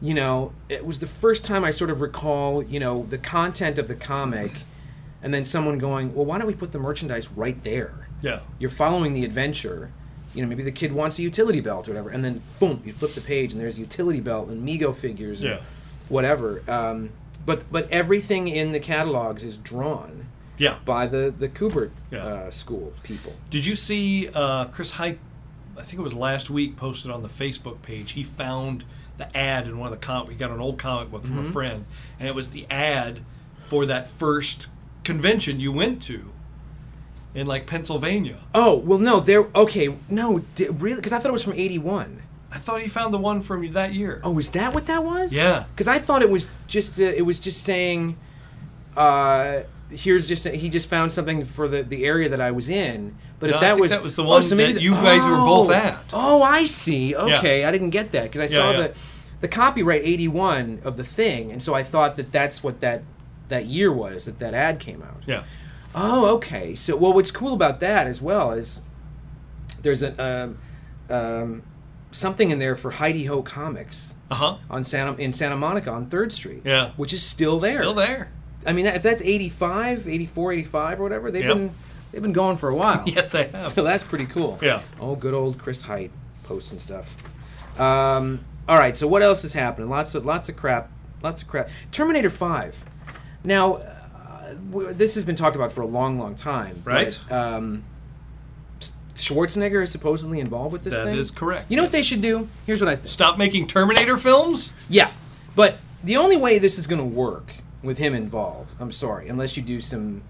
Speaker 8: you know, it was the first time I sort of recall, you know, the content of the comic, and then someone going, "Well, why don't we put the merchandise right there?"
Speaker 7: Yeah.
Speaker 8: You're following the adventure. You know, maybe the kid wants a utility belt or whatever, and then boom, you flip the page, and there's a utility belt and Mego figures. And
Speaker 7: Yeah.
Speaker 8: whatever. Um, but but everything in the catalogs is drawn
Speaker 7: Yeah.
Speaker 8: by the the Kubert
Speaker 7: Yeah.
Speaker 8: uh, school people.
Speaker 7: Did you see uh, Chris Hype? I think it was last week posted on the Facebook page. He found the ad in one of the comic. We got an old comic book from
Speaker 8: Mm-hmm.
Speaker 7: a friend, and it was the ad for that first convention you went to in like Pennsylvania.
Speaker 8: Oh well, no, they're okay. No, di- really, because I thought it was from '81.
Speaker 7: I thought he found the one from that year.
Speaker 8: Oh, is that what that was?
Speaker 7: Yeah.
Speaker 8: Because I thought it was just uh, it was just saying, uh, here's just he just found something for the the area that I was in. But
Speaker 7: No,
Speaker 8: if
Speaker 7: I
Speaker 8: that
Speaker 7: think
Speaker 8: was
Speaker 7: that was the
Speaker 8: oh,
Speaker 7: one
Speaker 8: so maybe
Speaker 7: that
Speaker 8: the-
Speaker 7: you guys were both
Speaker 8: oh.
Speaker 7: at.
Speaker 8: Oh, I see. Okay, I didn't get that because I
Speaker 7: Yeah,
Speaker 8: saw
Speaker 7: yeah.
Speaker 8: the the copyright 81 of the thing, and so I thought that that's what that that year was that that ad came out.
Speaker 7: Yeah.
Speaker 8: Oh, okay. So, well, what's cool about that as well is there's an um, um, something in there for Heidi Ho Comics
Speaker 7: Uh huh.
Speaker 8: on Santa in Santa Monica on Third Street.
Speaker 7: Yeah.
Speaker 8: which is still there.
Speaker 7: Still there.
Speaker 8: I mean, that- if that's 85, 84, 85 or whatever, they've
Speaker 7: Yep.
Speaker 8: been they've been going for a while.
Speaker 7: Yes, they have.
Speaker 8: So that's pretty cool.
Speaker 7: Yeah.
Speaker 8: Oh, good old Chris Height posts and stuff. Um, all right. So what else is happening? Lots of lots of crap. Lots of crap. Terminator Five. Now, uh, w- this has been talked about for a long, long time.
Speaker 7: Right.
Speaker 8: But, um, s- Schwarzenegger is supposedly involved with this
Speaker 7: That
Speaker 8: thing.
Speaker 7: is correct,
Speaker 8: You know
Speaker 7: yes.
Speaker 8: what they should do? Here's what I think.
Speaker 7: Stop making Terminator films?
Speaker 8: Yeah, but the only way this is going to work with him involved, I'm sorry, unless you do some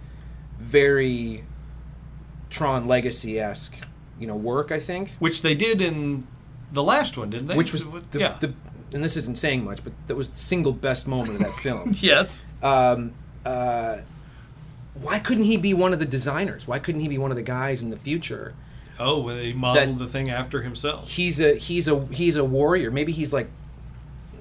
Speaker 8: very Tron Legacy esque, you know, work. I think,
Speaker 7: Which they did in the last one, didn't they?
Speaker 8: which was the,
Speaker 7: yeah.
Speaker 8: the and this isn't saying much, but that was the single best moment of that film.
Speaker 7: yes.
Speaker 8: um, uh, why couldn't he be one of the designers? Why couldn't he be one of the guys in the future?
Speaker 7: Oh, well, they modeled
Speaker 8: That-
Speaker 7: the thing after himself.
Speaker 8: He's a he's a he's a warrior. Maybe he's like,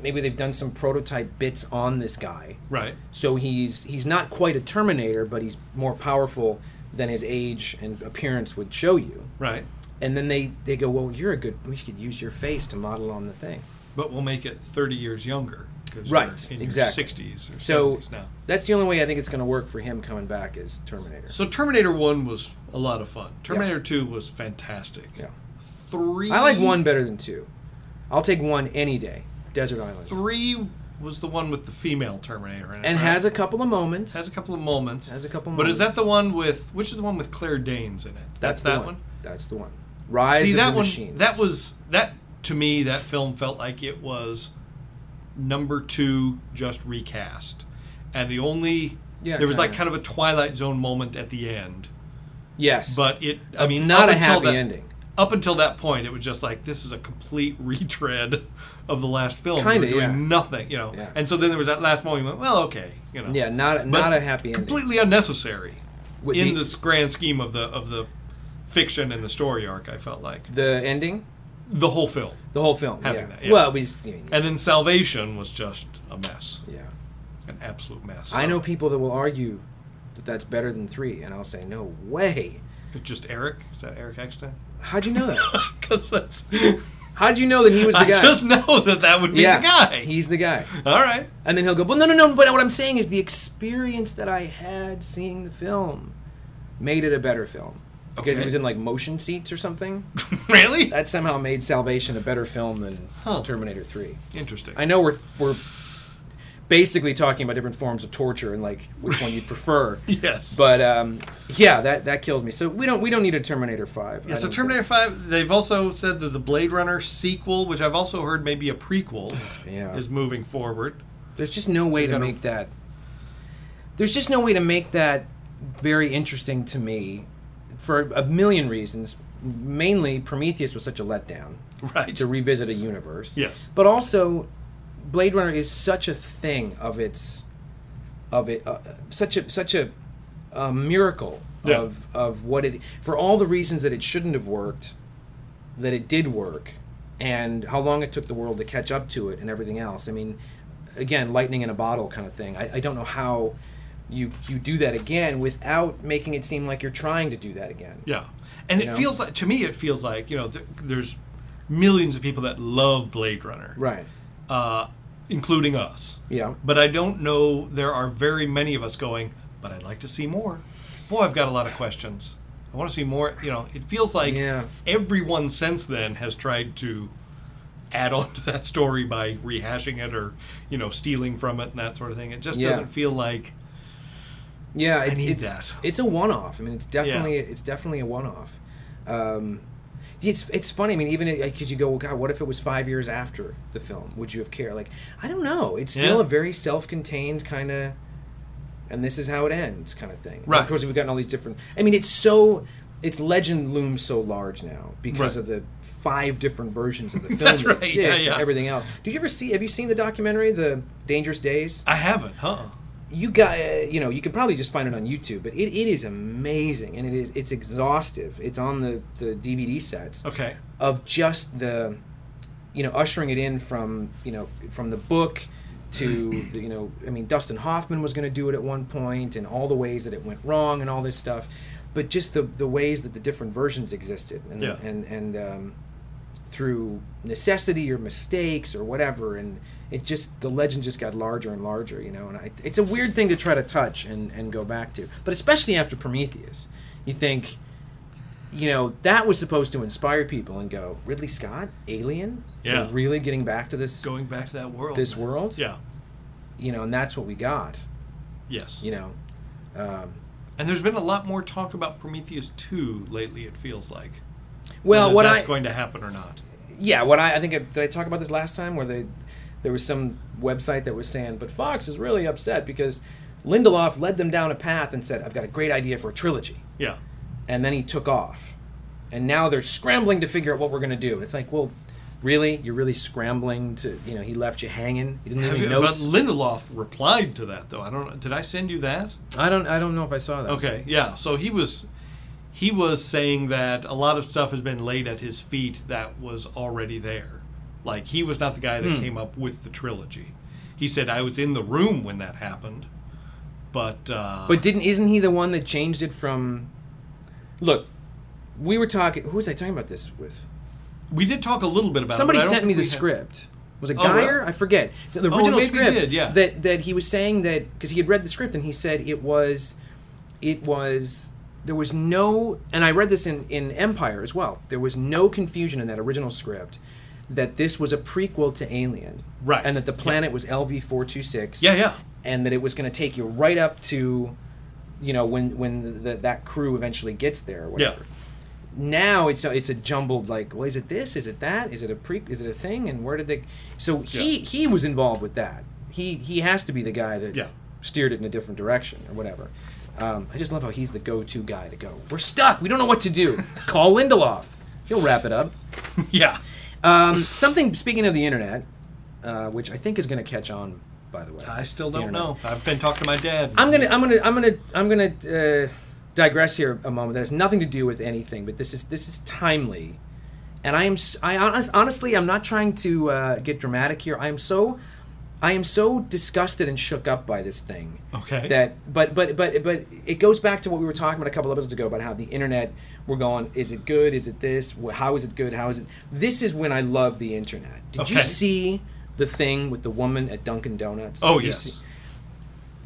Speaker 8: maybe they've done some prototype bits on this guy.
Speaker 7: Right.
Speaker 8: So he's he's not quite a Terminator, but he's more powerful than his age and appearance would show you.
Speaker 7: Right.
Speaker 8: And then they they go, well, you're a good. We could use your face to model on the thing.
Speaker 7: But we'll make it 30 years younger. 'cause
Speaker 8: Right,
Speaker 7: you're In
Speaker 8: exactly.
Speaker 7: your 60s or
Speaker 8: So-
Speaker 7: 70s now.
Speaker 8: That's the only way I think it's going to work for him coming back as Terminator.
Speaker 7: So Terminator 1 was a lot of fun. Terminator 2 was fantastic.
Speaker 8: Yeah.
Speaker 7: 3
Speaker 8: I like one better than two. I'll take one any day. Desert Island.
Speaker 7: 3 was the one with the female Terminator in it.
Speaker 8: And
Speaker 7: right?
Speaker 8: has a couple of moments.
Speaker 7: has a couple of moments.
Speaker 8: Has a couple
Speaker 7: But is that
Speaker 8: moments.
Speaker 7: the one with which is the one with Claire Danes in it? That's,
Speaker 8: the
Speaker 7: that one.
Speaker 8: That's the one. Rise
Speaker 7: See
Speaker 8: of
Speaker 7: that
Speaker 8: the
Speaker 7: one.
Speaker 8: Machines.
Speaker 7: That was that to me. That film felt like it was number two, just recast, and the only
Speaker 8: Yeah,
Speaker 7: there was like kind
Speaker 8: kinda.
Speaker 7: of a Twilight Zone moment at the end.
Speaker 8: yes,
Speaker 7: But it, I mean,
Speaker 8: not
Speaker 7: up
Speaker 8: a
Speaker 7: until
Speaker 8: happy
Speaker 7: that-
Speaker 8: ending.
Speaker 7: Up until that point, it was just like this is a complete retread of the last film. They were
Speaker 8: Kinda,
Speaker 7: doing
Speaker 8: yeah.
Speaker 7: nothing, you know.
Speaker 8: Yeah.
Speaker 7: And so then there was that last moment. You went, well, okay, you know.
Speaker 8: Yeah, not
Speaker 7: But
Speaker 8: not a happy ending.
Speaker 7: Completely unnecessary
Speaker 8: With
Speaker 7: in
Speaker 8: the-
Speaker 7: this grand scheme of the of the fiction and the story arc. I felt like
Speaker 8: the ending,
Speaker 7: the whole film,
Speaker 8: the whole film.
Speaker 7: Having
Speaker 8: Yeah.
Speaker 7: that, yeah.
Speaker 8: Well, we just, I mean,
Speaker 7: and then Salvation was just a mess,
Speaker 8: yeah.
Speaker 7: an absolute mess.
Speaker 8: I know people that will argue that that's better than three, and I'll say no way.
Speaker 7: It's just Eric. Is that Eric Eckstein?
Speaker 8: How'd you know that?
Speaker 7: Because that's
Speaker 8: How'd you know that he was the
Speaker 7: I
Speaker 8: guy?
Speaker 7: just know that that would be
Speaker 8: yeah,
Speaker 7: the guy.
Speaker 8: He's the guy.
Speaker 7: All right.
Speaker 8: And then he'll go, well, no, no, no. But what I'm saying is the experience that I had seeing the film made it a better film because
Speaker 7: Okay.
Speaker 8: it was in like motion seats or something.
Speaker 7: really?
Speaker 8: That somehow made Salvation a better film than Terminator Three.
Speaker 7: Interesting.
Speaker 8: I know we're we're basically talking about different forms of torture and like which one you'd prefer.
Speaker 7: Yes.
Speaker 8: But um, yeah, that that kills me. So we don't we don't need a Terminator Five. I
Speaker 7: Yeah, so
Speaker 8: don't
Speaker 7: Terminator 5, they've also said that the Blade Runner sequel, which I've also heard may be a prequel,
Speaker 8: think- Yeah.
Speaker 7: is moving forward.
Speaker 8: There's just no way to
Speaker 7: gotta-
Speaker 8: make that. There's just no way to make that very interesting to me, for a million reasons. Mainly, Prometheus was such a letdown
Speaker 7: Right.
Speaker 8: to revisit a universe.
Speaker 7: Yes.
Speaker 8: But also, Blade Runner is such a thing of its, of it, uh, such a such a, a miracle
Speaker 7: Yeah.
Speaker 8: of of what it for all the reasons that it shouldn't have worked, that it did work, and how long it took the world to catch up to it and everything else. I mean, again, lightning in a bottle kind of thing. I, I don't know how. You, you do that again without making it seem like you're trying to do that again.
Speaker 7: Yeah, and it
Speaker 8: know?
Speaker 7: feels like to me it feels like you know th- there's millions of people that love Blade Runner,
Speaker 8: Right.
Speaker 7: uh, including us.
Speaker 8: Yeah.
Speaker 7: But I don't know. There are very many of us going. But I'd like to see more. Boy, I've got a lot of questions. I want to see more. You know, it feels like
Speaker 8: Yeah.
Speaker 7: everyone since then has tried to add on to that story by rehashing it or you know stealing from it and that sort of thing. It just
Speaker 8: Yeah.
Speaker 7: doesn't feel like
Speaker 8: Yeah, it's
Speaker 7: need
Speaker 8: it's,
Speaker 7: that.
Speaker 8: it's a one off. I mean, it's definitely it's definitely a one off. Um, it's it's funny. I mean, even because you go, well, God, what if it was five years after the film? Would you have cared? Like, I don't know. It's still
Speaker 7: Yeah.
Speaker 8: a very self contained kind of, and this is how it ends kind of thing. And
Speaker 7: Right.
Speaker 8: Of course, we've gotten all these different. I mean, it's so its legend looms so large now because
Speaker 7: Right.
Speaker 8: of the five different versions of the film
Speaker 7: That's
Speaker 8: that
Speaker 7: right. Yeah,
Speaker 8: exist
Speaker 7: yeah.
Speaker 8: and everything else. Did you ever see? Have you seen the documentary, The Dangerous Days?
Speaker 7: I haven't, huh?
Speaker 8: you got uh, you know you can probably just find it on youtube but it, it is amazing and it is it's exhaustive it's on the the dvd sets
Speaker 7: Okay,
Speaker 8: of just the you know ushering it in from you know from the book to the, you know i mean dustin hoffman was going to do it at one point and all the ways that it went wrong and all this stuff but just the the ways that the different versions existed and
Speaker 7: Yeah.
Speaker 8: and and um, through necessity or mistakes or whatever and it just the legend just got larger and larger you know and I, it's a weird thing to try to touch and and go back to but especially after prometheus you think you know that was supposed to inspire people and go ridley scott alien We're
Speaker 7: Yeah.
Speaker 8: really getting back to this
Speaker 7: going back to that world.
Speaker 8: this world
Speaker 7: Yeah.
Speaker 8: you know and that's what we got
Speaker 7: Yes.
Speaker 8: you know um,
Speaker 7: And there's been a lot more talk about Prometheus 2 lately, it feels like.
Speaker 8: Well,
Speaker 7: whether
Speaker 8: what
Speaker 7: that's
Speaker 8: I-
Speaker 7: going to happen or not.
Speaker 8: yeah, what I, I think I, did I talk about this last time where they there was some website that was saying, but Fox is really upset because Lindelof led them down a path and said, "I've got a great idea for a trilogy,"
Speaker 7: Yeah,
Speaker 8: and then he took off, and now they're scrambling to figure out what we're going to do. And it's like, well, really, you're really scrambling to you know he left you hanging. He didn't leave
Speaker 7: Have
Speaker 8: any
Speaker 7: you- but
Speaker 8: notes.
Speaker 7: Lindelof replied to that though. I don't. Did I send you that?
Speaker 8: I don't I don't know if I saw that.
Speaker 7: Okay, yeah. So he was he was saying that a lot of stuff has been laid at his feet that was already there. Like he was not the guy
Speaker 8: Hmm.
Speaker 7: that came up with the trilogy. He said I was in the room when that happened, but uh,
Speaker 8: But didn't isn't he the one that changed it from? Look, we were talking. Who was I talking about this with?
Speaker 7: we did talk a little bit about. it,
Speaker 8: Somebody
Speaker 7: but I don't
Speaker 8: sent me
Speaker 7: think we
Speaker 8: the
Speaker 7: had-
Speaker 8: script. Was it
Speaker 7: Oh, really?
Speaker 8: Geyer? I forget. So the
Speaker 7: Oh,
Speaker 8: original
Speaker 7: maybe he
Speaker 8: script
Speaker 7: did, yeah.
Speaker 8: that that he was saying that because he had read the script and he said it was, it was there was no and I read this in in Empire as well. There was no confusion in that original script that this was a prequel to Alien,
Speaker 7: Right,
Speaker 8: And that the
Speaker 7: yeah.
Speaker 8: planet was LV four two six,
Speaker 7: Yeah, yeah.
Speaker 8: and that it was going to take you right up to, you know, when when the, that crew eventually gets there, or
Speaker 7: Yeah,
Speaker 8: whatever now it's a, it's a jumbled like well is it this is it that is it a pre is it a thing and where did they so he he was involved with that he he has to be the guy that
Speaker 7: Yeah.
Speaker 8: steered it in a different direction or whatever um, I just love how he's the go-to guy to go we're stuck we don't know what to do call Lindelof he'll wrap it up
Speaker 7: yeah.
Speaker 8: um, something speaking of the internet uh, which I think is going to catch on by the way
Speaker 7: I still
Speaker 8: The
Speaker 7: don't
Speaker 8: internet.
Speaker 7: know. I've been talking to my dad.
Speaker 8: I'm gonna, I'm gonna, I'm gonna, I'm gonna uh, digress here a moment. That has nothing to do with anything, but this is this is timely, and I am, s- I honest, honestly, I'm not trying to uh, get dramatic here. I am so, I am so disgusted and shook up by this thing.
Speaker 7: Okay.
Speaker 8: That, but, but, but, but it goes back to what we were talking about a couple episodes ago about how the internet. We're going, is it good? Is it this? Wh- How is it good? How is it? This is when I love the internet. Did you
Speaker 7: Okay.
Speaker 8: see the thing with the woman at Dunkin' Donuts?
Speaker 7: Oh
Speaker 8: You see-
Speaker 7: yes.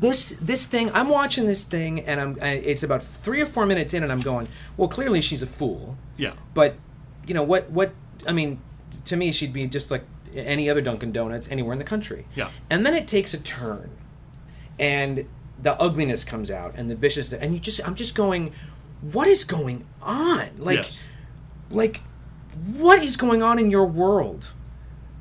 Speaker 8: this this thing i'm watching this thing and i'm I, it's about three or four minutes in and i'm going well clearly she's a fool
Speaker 7: Yeah.
Speaker 8: but you know what what i mean to me she'd be just like any other dunkin' donuts anywhere in the country
Speaker 7: Yeah.
Speaker 8: and then it takes a turn and the ugliness comes out and the viciousness and you just i'm just going what is going on like
Speaker 7: yes.
Speaker 8: like what is going on in your world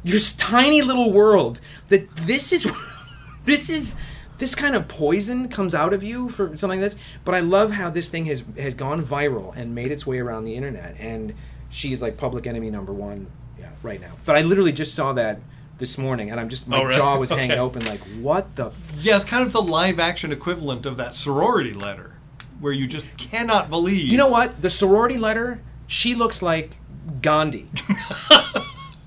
Speaker 8: your s- tiny little world that this is this is this kind of poison comes out of you for something like this but i love how this thing has has gone viral and made its way around the internet and she's like public enemy number one yeah, right now but i literally just saw that this morning and i'm just my
Speaker 7: Oh, really?
Speaker 8: jaw was hanging
Speaker 7: Okay.
Speaker 8: open like what the f-
Speaker 7: Yeah, it's kind of the live action equivalent of that sorority letter, where you just cannot believe.
Speaker 8: You know what? The sorority letter, she looks like Gandhi.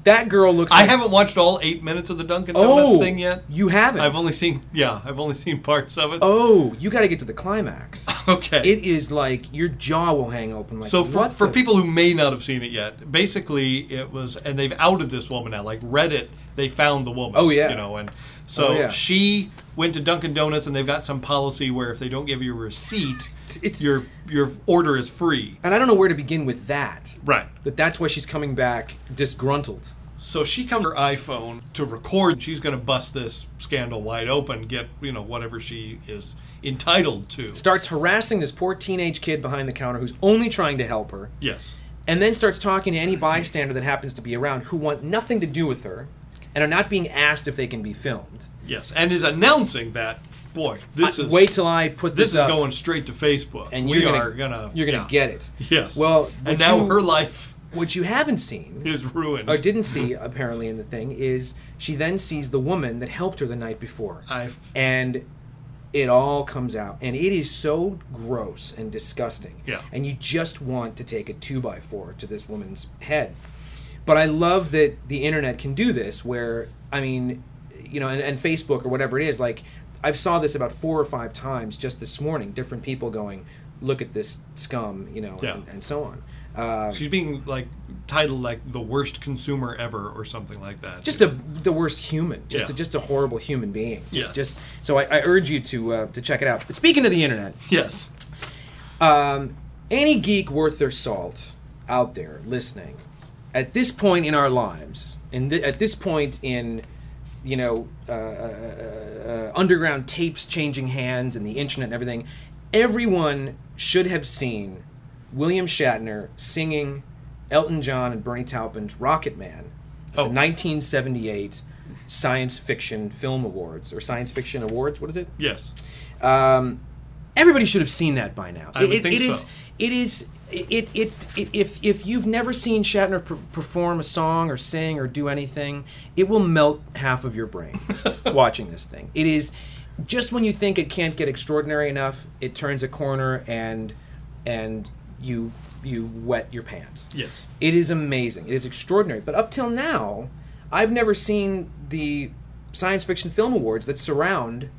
Speaker 8: that girl looks
Speaker 7: I
Speaker 8: like
Speaker 7: haven't watched all eight minutes of the Dunkin' Donuts
Speaker 8: oh,
Speaker 7: thing yet.
Speaker 8: You haven't.
Speaker 7: I've only seen yeah, I've only seen parts of it.
Speaker 8: Oh, you got to get to the climax.
Speaker 7: okay.
Speaker 8: it is like your jaw will hang open like
Speaker 7: so for,
Speaker 8: what
Speaker 7: for
Speaker 8: the-
Speaker 7: people who may not have seen it yet, basically it was, and they've outed this woman now. Like Reddit, they found the woman.
Speaker 8: Oh, yeah.
Speaker 7: you know, and so
Speaker 8: Oh, yeah.
Speaker 7: she went to Dunkin' Donuts, and they've got some policy where if they don't give you a receipt,
Speaker 8: It's-
Speaker 7: your your order is free.
Speaker 8: and I don't know where to begin with that.
Speaker 7: Right.
Speaker 8: That that's why she's coming back disgruntled.
Speaker 7: So she comes her iPhone to record. She's going to bust this scandal wide open. Get you know whatever she is entitled to.
Speaker 8: Starts harassing this poor teenage kid behind the counter who's only trying to help her.
Speaker 7: Yes.
Speaker 8: and then starts talking to any bystander that happens to be around who want nothing to do with her and are not being asked if they can be filmed.
Speaker 7: Yes, and is announcing that. Boy, this is
Speaker 8: Wait till I put this,
Speaker 7: this is
Speaker 8: up,
Speaker 7: going straight to Facebook,
Speaker 8: and
Speaker 7: we
Speaker 8: you're gonna,
Speaker 7: are gonna
Speaker 8: you're gonna
Speaker 7: yeah.
Speaker 8: get it.
Speaker 7: Yes.
Speaker 8: Well, what
Speaker 7: and now
Speaker 8: you- Oh,
Speaker 7: her life
Speaker 8: What you haven't seen
Speaker 7: is ruined.
Speaker 8: or didn't see apparently in the thing is she then sees the woman that helped her the night before.
Speaker 7: I
Speaker 8: and it all comes out and it is so gross and disgusting
Speaker 7: Yeah.
Speaker 8: and you just want to take a two by four to this woman's head but i love that the internet can do this where i mean you know and, and facebook or whatever it is like i've saw this about four or five times just this morning different people going look at this scum you know
Speaker 7: Yeah.
Speaker 8: and, and so on uh,
Speaker 7: she's being like titled like the worst consumer ever or something like that.
Speaker 8: just a the worst human, just
Speaker 7: Yeah.
Speaker 8: a, just a horrible human being. Just,
Speaker 7: Yeah.
Speaker 8: just so I, I urge you to uh, to check it out. But speaking of the internet,
Speaker 7: yes.
Speaker 8: um, any geek worth their salt out there listening, at this point in our lives, and th- at this point in, you know, uh, uh, uh, underground tapes changing hands and the internet and everything, everyone should have seen William Shatner singing Elton John and Bernie Taupin's Rocket Man, at the
Speaker 7: Oh.
Speaker 8: 1978 Science Fiction Film Awards or Science Fiction Awards. What is it?
Speaker 7: Yes.
Speaker 8: Um, everybody should have seen that by now.
Speaker 7: I would
Speaker 8: it,
Speaker 7: think
Speaker 8: it is.
Speaker 7: so.
Speaker 8: It is. It, it, it if if you've never seen Shatner per- perform a song or sing or do anything, it will melt half of your brain watching this thing. It is just when you think it can't get extraordinary enough, it turns a corner and and you you wet your pants.
Speaker 7: Yes.
Speaker 8: It is amazing. It is extraordinary. But up till now, I've never seen the science fiction film awards that surround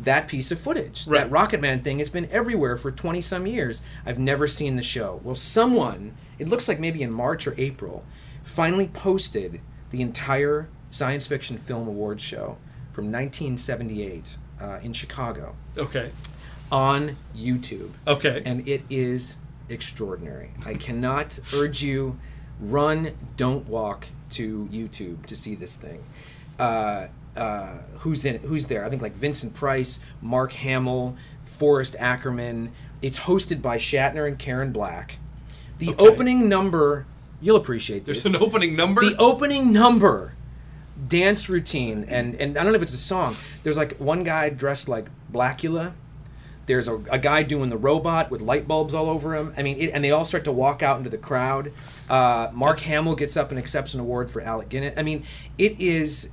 Speaker 8: that piece of footage.
Speaker 7: Right.
Speaker 8: That Rocket Man thing has been everywhere for 20 some years. I've never seen the show. Well, someone, it looks like maybe in March or April, finally posted the entire science fiction film awards show from 1978 uh, in Chicago
Speaker 7: Okay.
Speaker 8: on YouTube
Speaker 7: Okay.
Speaker 8: and it is extraordinary. I cannot urge you run, don't walk to YouTube to see this thing. Uh, uh, who's in? Who's there? I think like Vincent Price, Mark Hamill, Forrest Ackerman. It's hosted by Shatner and Karen Black. The opening number, you'll appreciate this.
Speaker 7: There's an opening number.
Speaker 8: The opening number dance routine, and and I don't know if it's a song. There's like one guy dressed like Blackula. There's a, a guy doing the robot with light bulbs all over him. I mean, it, and they all start to walk out into the crowd. Uh, Mark Hamill gets up and accepts an award for Alec Guinness. I mean, it is,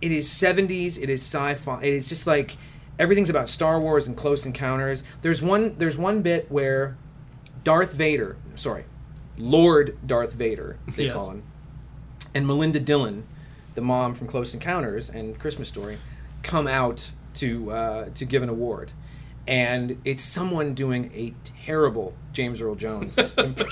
Speaker 8: it is 70s. It is sci-fi. It is just like everything's about Star Wars and Close Encounters. There's one. There's one bit where Darth Vader, sorry, Lord Darth Vader, they
Speaker 7: Yes.
Speaker 8: call him, and Melinda Dillon, the mom from Close Encounters and Christmas Story, come out to uh, to give an award, and it's someone doing a terrible James Earl Jones imp-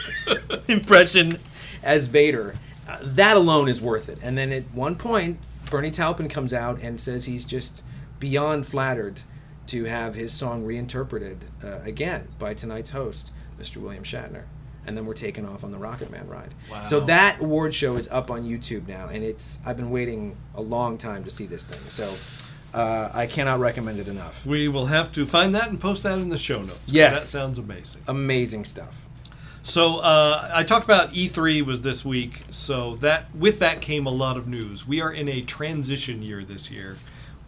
Speaker 8: impression as Vader. Uh, that alone is worth it. And then at one point, Bernie Taupin comes out and says he's just beyond flattered to have his song reinterpreted uh, again by tonight's host, Mr. William Shatner. And then we're taken off on the Rocket Man ride. So
Speaker 7: Wow.
Speaker 8: that that award show is up on YouTube now, and it's I've been waiting a long time to see this thing. So uh, I cannot recommend it enough.
Speaker 7: we will have to find that and post that in the show notes. 'cause
Speaker 8: Yes.
Speaker 7: That sounds amazing.
Speaker 8: Amazing stuff.
Speaker 7: So uh, I talked about E3 was this week. So that with that came a lot of news. We are in a transition year this year,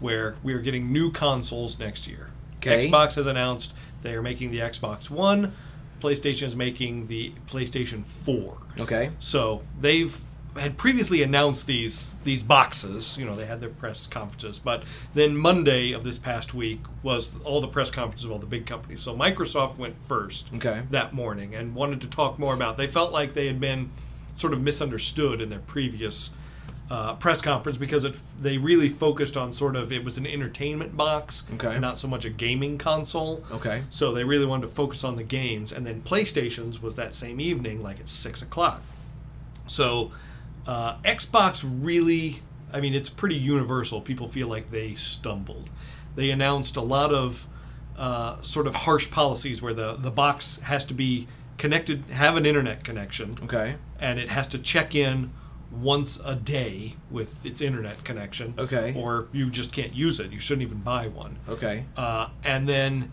Speaker 7: where we are getting new consoles next year.
Speaker 8: 'Kay.
Speaker 7: Xbox has announced they are making the Xbox One. PlayStation is making the PlayStation Four.
Speaker 8: Okay.
Speaker 7: So they've had previously announced these these boxes. You know, they had their press conferences, but then Monday of this past week was all the press conferences of all the big companies. So Microsoft went first
Speaker 8: Okay.
Speaker 7: that morning and wanted to talk more about. They felt like they had been sort of misunderstood in their previous uh, press conference because it, they really focused on sort of it was an entertainment box,
Speaker 8: Okay.
Speaker 7: and not so much a gaming console.
Speaker 8: Okay.
Speaker 7: So they really wanted to focus on the games, and then PlayStation's was that same evening, like at six o'clock. So uh, Xbox really, I mean, it's pretty universal. People feel like they stumbled. They announced a lot of uh, sort of harsh policies where the the box has to be connected, have an internet connection,
Speaker 8: Okay.
Speaker 7: and it has to check in once a day with its internet connection.
Speaker 8: Okay.
Speaker 7: Or you just can't use it. You shouldn't even buy one
Speaker 8: Okay.
Speaker 7: uh, and then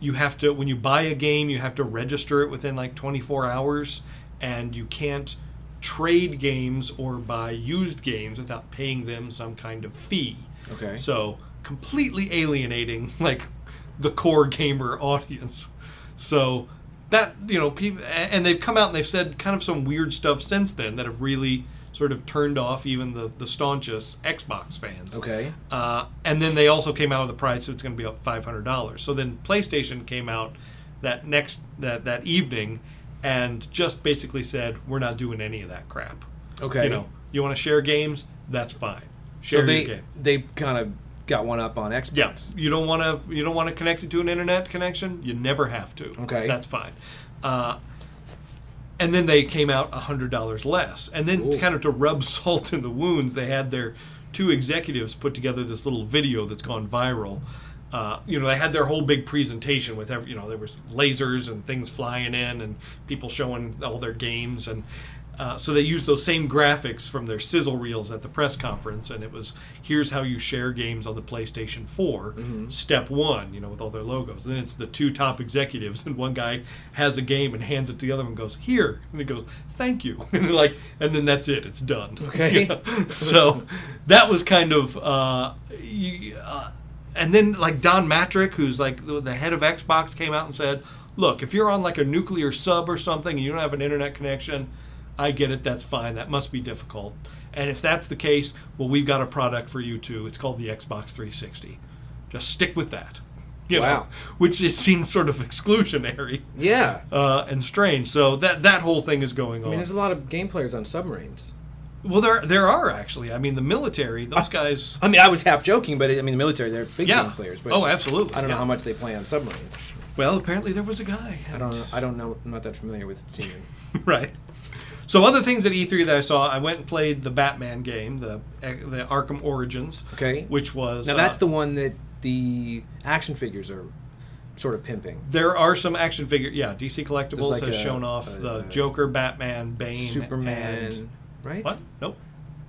Speaker 7: you have to when you buy a game you have to register it within like 24 hours and you can't trade games or buy used games without paying them some kind of fee
Speaker 8: Okay.
Speaker 7: so completely alienating like the core gamer audience so that you know people and they've come out and they've said kind of some weird stuff since then that have really sort of turned off even the, the staunchest xbox fans
Speaker 8: Okay.
Speaker 7: uh, and then they also came out with a price so it's going to be up five hundred dollars. So then PlayStation came out that next that that evening and just basically said we're not doing any of that crap.
Speaker 8: Okay.
Speaker 7: You know, you want to share games, that's fine. Share your
Speaker 8: So they
Speaker 7: game.
Speaker 8: they kind of got one up on Xbox.
Speaker 7: Yeah, you don't want to you don't want to connect it to an internet connection. You never have to.
Speaker 8: Okay.
Speaker 7: that's fine. Uh, and then they came out hundred dollars less. And then,
Speaker 8: Ooh.
Speaker 7: kind of to rub salt in the wounds, they had their two executives put together this little video that's gone viral. Uh, you know, they had their whole big presentation with every, you know, there was lasers and things flying in and people showing all their games and Uh, so they used those same graphics from their sizzle reels at the press conference, and it was here's how you share games on the PlayStation 4. Step one, you know, with all their logos. And then it's the two top executives, and one guy has a game and hands it to the other one, and goes here, and it goes thank you, and they're like, and then that's it, it's done.
Speaker 8: Okay.
Speaker 7: You know? so that was kind of. Uh, you, uh, and then like Don Matrick, who's like the, the head of Xbox, came out and said, "Look, if you're on like a nuclear sub or something and you don't have an internet connection, I get it. That's fine. That must be difficult. And if that's the case, well, we've got a product for you too. It's called the Xbox 360. Just stick with that." You
Speaker 8: Wow.
Speaker 7: know, which it seems sort of exclusionary
Speaker 8: Yeah.
Speaker 7: uh, and strange. So that that whole thing is going on.
Speaker 8: I mean, there's a lot of game players on submarines.
Speaker 7: well, there there are actually. I mean, the military,
Speaker 8: Ah,
Speaker 7: those guys.
Speaker 8: I mean, I was half joking, but I mean, the military, they're big
Speaker 7: Yeah.
Speaker 8: game players. But
Speaker 7: oh, absolutely.
Speaker 8: I don't know
Speaker 7: yeah.
Speaker 8: how much they play on submarines.
Speaker 7: Well, apparently there was a guy.
Speaker 8: I don't know. I don't know. I'm not that familiar with seamen.
Speaker 7: right. So other things at E3 that I saw, I went and played the Batman game, the the Arkham Origins.
Speaker 8: Okay.
Speaker 7: Which was
Speaker 8: Now, that's
Speaker 7: uh,
Speaker 8: the one that the action figures are sort of pimping.
Speaker 7: There are some action figure. Yeah, DC Collectibles
Speaker 8: like
Speaker 7: has
Speaker 8: a-
Speaker 7: shown off
Speaker 8: a-
Speaker 7: the Joker, Batman, Bane,
Speaker 8: Superman,
Speaker 7: and-
Speaker 8: right?
Speaker 7: what? Nope.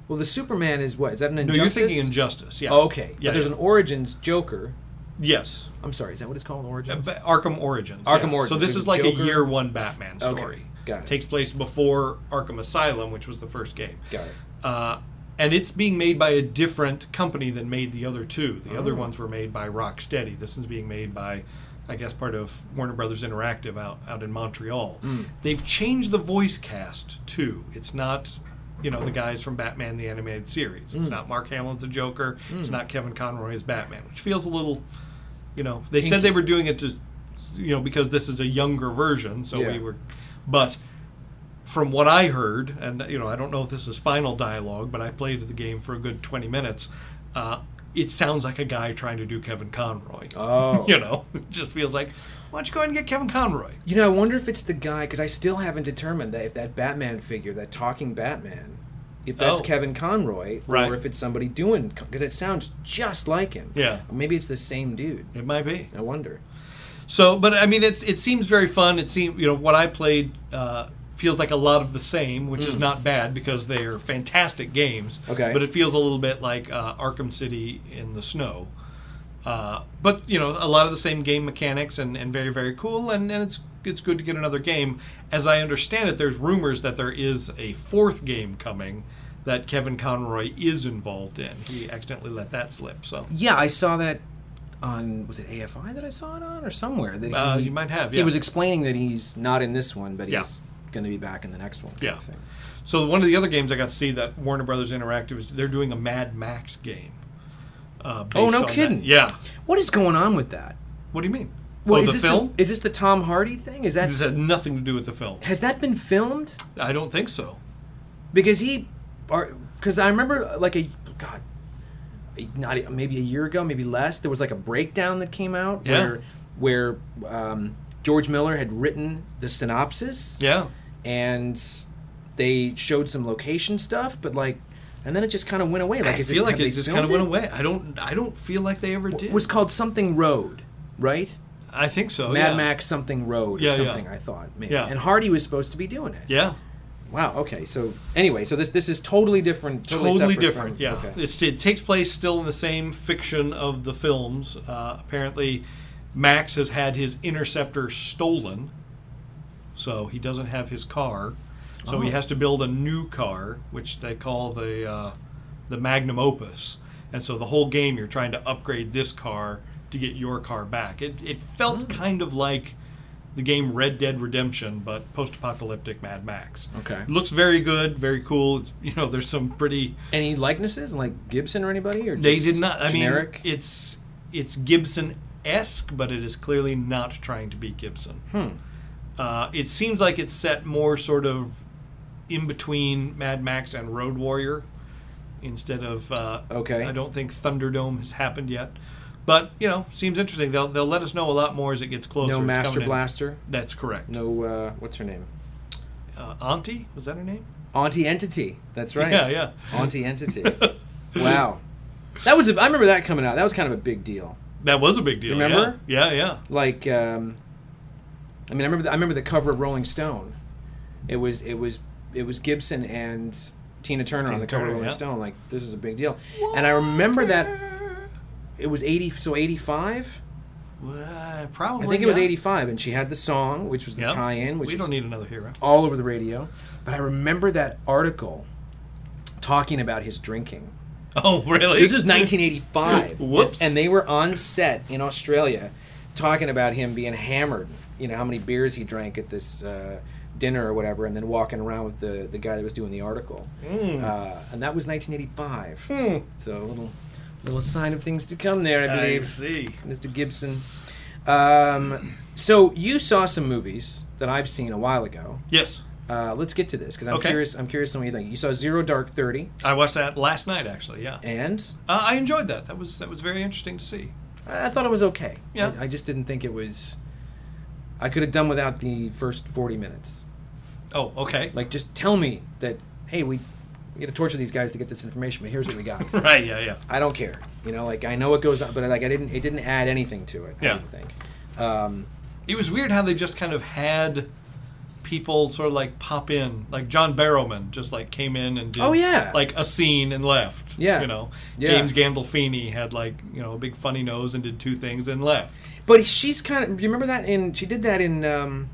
Speaker 8: Well, the Superman is what? Is that an
Speaker 7: No,
Speaker 8: injustice?
Speaker 7: you're thinking Injustice. Yeah.
Speaker 8: Oh, okay.
Speaker 7: Yeah.
Speaker 8: but there's
Speaker 7: yeah.
Speaker 8: an Origins Joker.
Speaker 7: yes.
Speaker 8: I'm sorry. Is that what it's called?
Speaker 7: Uh,
Speaker 8: Origins.
Speaker 7: Ba- Arkham Origins.
Speaker 8: Arkham
Speaker 7: yeah. So
Speaker 8: Origins,
Speaker 7: this
Speaker 8: and
Speaker 7: is like
Speaker 8: Joker-
Speaker 7: a year one Batman
Speaker 8: Okay,
Speaker 7: story.
Speaker 8: got it.
Speaker 7: Takes place before Arkham Asylum, which was the first game.
Speaker 8: Got it.
Speaker 7: uh, and it's being made by a different company than made the other two. The
Speaker 8: Oh.
Speaker 7: other ones were made by Rocksteady. This one's being made by, I guess, part of Warner Brothers Interactive out out in Montreal.
Speaker 8: Hmm.
Speaker 7: They've changed the voice cast too. It's not, you know, the guys from Batman the Animated Series.
Speaker 8: Hmm.
Speaker 7: It's not Mark Hamill as the Joker. It's not Kevin Conroy as Batman, which feels a little, you know, they said they were doing it to, you know, because this is a younger version. So
Speaker 8: Yeah.
Speaker 7: we were, but from what I heard, and you know, I don't know if this is final dialogue, but I played the game for a good twenty minutes. Uh, it sounds like a guy trying to do Kevin Conroy.
Speaker 8: Oh.
Speaker 7: you know, it just feels like, why don't you go ahead and get Kevin Conroy?
Speaker 8: You know, I wonder if it's the guy because I still haven't determined that if that Batman figure, that talking Batman, if that's
Speaker 7: Oh.
Speaker 8: Kevin Conroy,
Speaker 7: Right.
Speaker 8: or if it's somebody doing because it sounds just like him.
Speaker 7: Yeah.
Speaker 8: Maybe it's the same dude.
Speaker 7: It might be.
Speaker 8: I wonder.
Speaker 7: So, but I mean, it's it seems very fun. It seems you know what I played uh, feels like a lot of the same, which is not bad because they are fantastic games.
Speaker 8: Mm. Okay.
Speaker 7: but it feels a little bit like uh, Arkham City in the snow. Uh, but you know, a lot of the same game mechanics and, and very very cool. And, and it's it's good to get another game. As I understand it, there's rumors that there is a fourth game coming that Kevin Conroy is involved in. He accidentally let that slip. So
Speaker 8: Yeah, I saw that on was it AFI that I saw it on or somewhere that
Speaker 7: Uh,
Speaker 8: he,
Speaker 7: you might have,
Speaker 8: He
Speaker 7: yeah.
Speaker 8: was explaining that he's not in this one, but
Speaker 7: Yeah.
Speaker 8: he's going to be back in the next one. kind
Speaker 7: Yeah.
Speaker 8: of thing.
Speaker 7: So one of the other games I got to see that Warner Brothers Interactive is they're doing a Mad Max game. Uh, based
Speaker 8: Oh, no
Speaker 7: on that.
Speaker 8: kidding.
Speaker 7: Yeah.
Speaker 8: What is going on with that?
Speaker 7: What do you mean?
Speaker 8: Well,
Speaker 7: oh,
Speaker 8: is
Speaker 7: the
Speaker 8: this
Speaker 7: film?
Speaker 8: The, is this the Tom Hardy thing? Is that
Speaker 7: this had nothing to do with the film.
Speaker 8: has that been filmed?
Speaker 7: I don't think so.
Speaker 8: because he or because i remember uh, like a god not a- maybe a year ago maybe less there was like a breakdown that came out
Speaker 7: Yeah.
Speaker 8: where where um, george miller had written the synopsis
Speaker 7: Yeah.
Speaker 8: and they showed some location stuff but like and then it just kind of went away like
Speaker 7: I
Speaker 8: is
Speaker 7: feel like
Speaker 8: have
Speaker 7: it
Speaker 8: they
Speaker 7: just
Speaker 8: filmed
Speaker 7: kind of went away. I don't. I don't feel like they ever
Speaker 8: it
Speaker 7: did.
Speaker 8: was called something road right
Speaker 7: I think so.
Speaker 8: mad
Speaker 7: Oh, yeah.
Speaker 8: max something road
Speaker 7: Yeah,
Speaker 8: or
Speaker 7: yeah.
Speaker 8: something i thought maybe
Speaker 7: Yeah.
Speaker 8: and hardy was supposed to be doing it
Speaker 7: Yeah.
Speaker 8: wow okay so anyway so this this is totally different totally,
Speaker 7: totally
Speaker 8: separate
Speaker 7: different.
Speaker 8: from-
Speaker 7: yeah,
Speaker 8: okay.
Speaker 7: it's, it takes place still in the same fiction of the films. Uh, apparently, Max has had his interceptor stolen, so he doesn't have his car. So he has to build a new car, which they call the uh, the magnum opus. And so the whole game, you're trying to upgrade this car to get your car back. It it felt kind of like the game Red Dead Redemption, but post-apocalyptic Mad Max.
Speaker 8: Okay.
Speaker 7: looks very good, very cool. It's, you know, there's some pretty.
Speaker 8: Any likenesses, like Gibson or anybody, or
Speaker 7: They
Speaker 8: just
Speaker 7: did not. I
Speaker 8: generic?
Speaker 7: mean, it's it's Gibson esque, but it is clearly not trying to be Gibson.
Speaker 8: Hmm.
Speaker 7: Uh, it seems like it's set more sort of in between Mad Max and Road Warrior, instead of uh,
Speaker 8: Okay.
Speaker 7: I don't think Thunderdome has happened yet, but you know, seems interesting. They'll they'll let us know a lot more as it gets closer.
Speaker 8: no
Speaker 7: It's
Speaker 8: Master
Speaker 7: coming in-
Speaker 8: Blaster,
Speaker 7: That's correct.
Speaker 8: no uh, what's her name,
Speaker 7: Uh, Auntie was that her name?
Speaker 8: Auntie Entity. That's right.
Speaker 7: Yeah, yeah.
Speaker 8: Auntie Entity. wow, that was. A, I remember that coming out. That was kind of a big deal.
Speaker 7: That was a big deal. yeah.
Speaker 8: Remember?
Speaker 7: yeah, yeah.
Speaker 8: Like, um, I mean, I remember. The, I remember the cover of Rolling Stone. It was. It was it was Gibson and Tina Turner on
Speaker 7: Tina
Speaker 8: the cover
Speaker 7: Turner,
Speaker 8: of Rolling
Speaker 7: yeah.
Speaker 8: Stone. Like this is a big deal. And I remember that it was eighty, so eighty five.
Speaker 7: Uh, probably.
Speaker 8: I think it was
Speaker 7: yeah.
Speaker 8: eighty five, and she had the song, which was the
Speaker 7: Yeah.
Speaker 8: tie in, which
Speaker 7: we
Speaker 8: was
Speaker 7: don't need another hero.
Speaker 8: all over the radio. But I remember that article talking about his drinking.
Speaker 7: Oh, really?
Speaker 8: This was 1985.
Speaker 7: Whoops.
Speaker 8: And they were on set in Australia talking about him being hammered, you know, how many beers he drank at this uh, dinner or whatever, and then walking around with the, the guy that was doing the article.
Speaker 7: Hmm.
Speaker 8: Uh, and that was 1985. So a little, little sign of things to come there, I
Speaker 7: I
Speaker 8: believe.
Speaker 7: see.
Speaker 8: Mr. Gibson. Um, so you saw some movies that I've seen a while ago.
Speaker 7: Yes,
Speaker 8: Uh, let's get to this because I'm
Speaker 7: Okay.
Speaker 8: curious. I'm curious to know what you think. You saw Zero Dark Thirty,
Speaker 7: I watched that last night actually. Yeah,
Speaker 8: and
Speaker 7: uh, I enjoyed that. That was that was very interesting to see.
Speaker 8: I I thought it was okay.
Speaker 7: Yeah.
Speaker 8: I, I just didn't think it was. I could have done without the first forty minutes.
Speaker 7: Oh, okay.
Speaker 8: Like, just tell me that hey, we we got to torture these guys to get this information, but here's what we got.
Speaker 7: right. Yeah. Yeah.
Speaker 8: I don't care. You know, like I know it goes on, but like I didn't. It didn't add anything to it.
Speaker 7: Yeah.
Speaker 8: I didn't think. Um,
Speaker 7: It was weird how they just kind of had people sort of like pop in, like John Barrowman just like came in and did
Speaker 8: Oh, yeah.
Speaker 7: like a scene and left.
Speaker 8: Yeah.
Speaker 7: You know,
Speaker 8: Yeah.
Speaker 7: James Gandolfini had like you know a big funny nose and did two things and left.
Speaker 8: But she's kind of. You remember that in? She did that in. Um,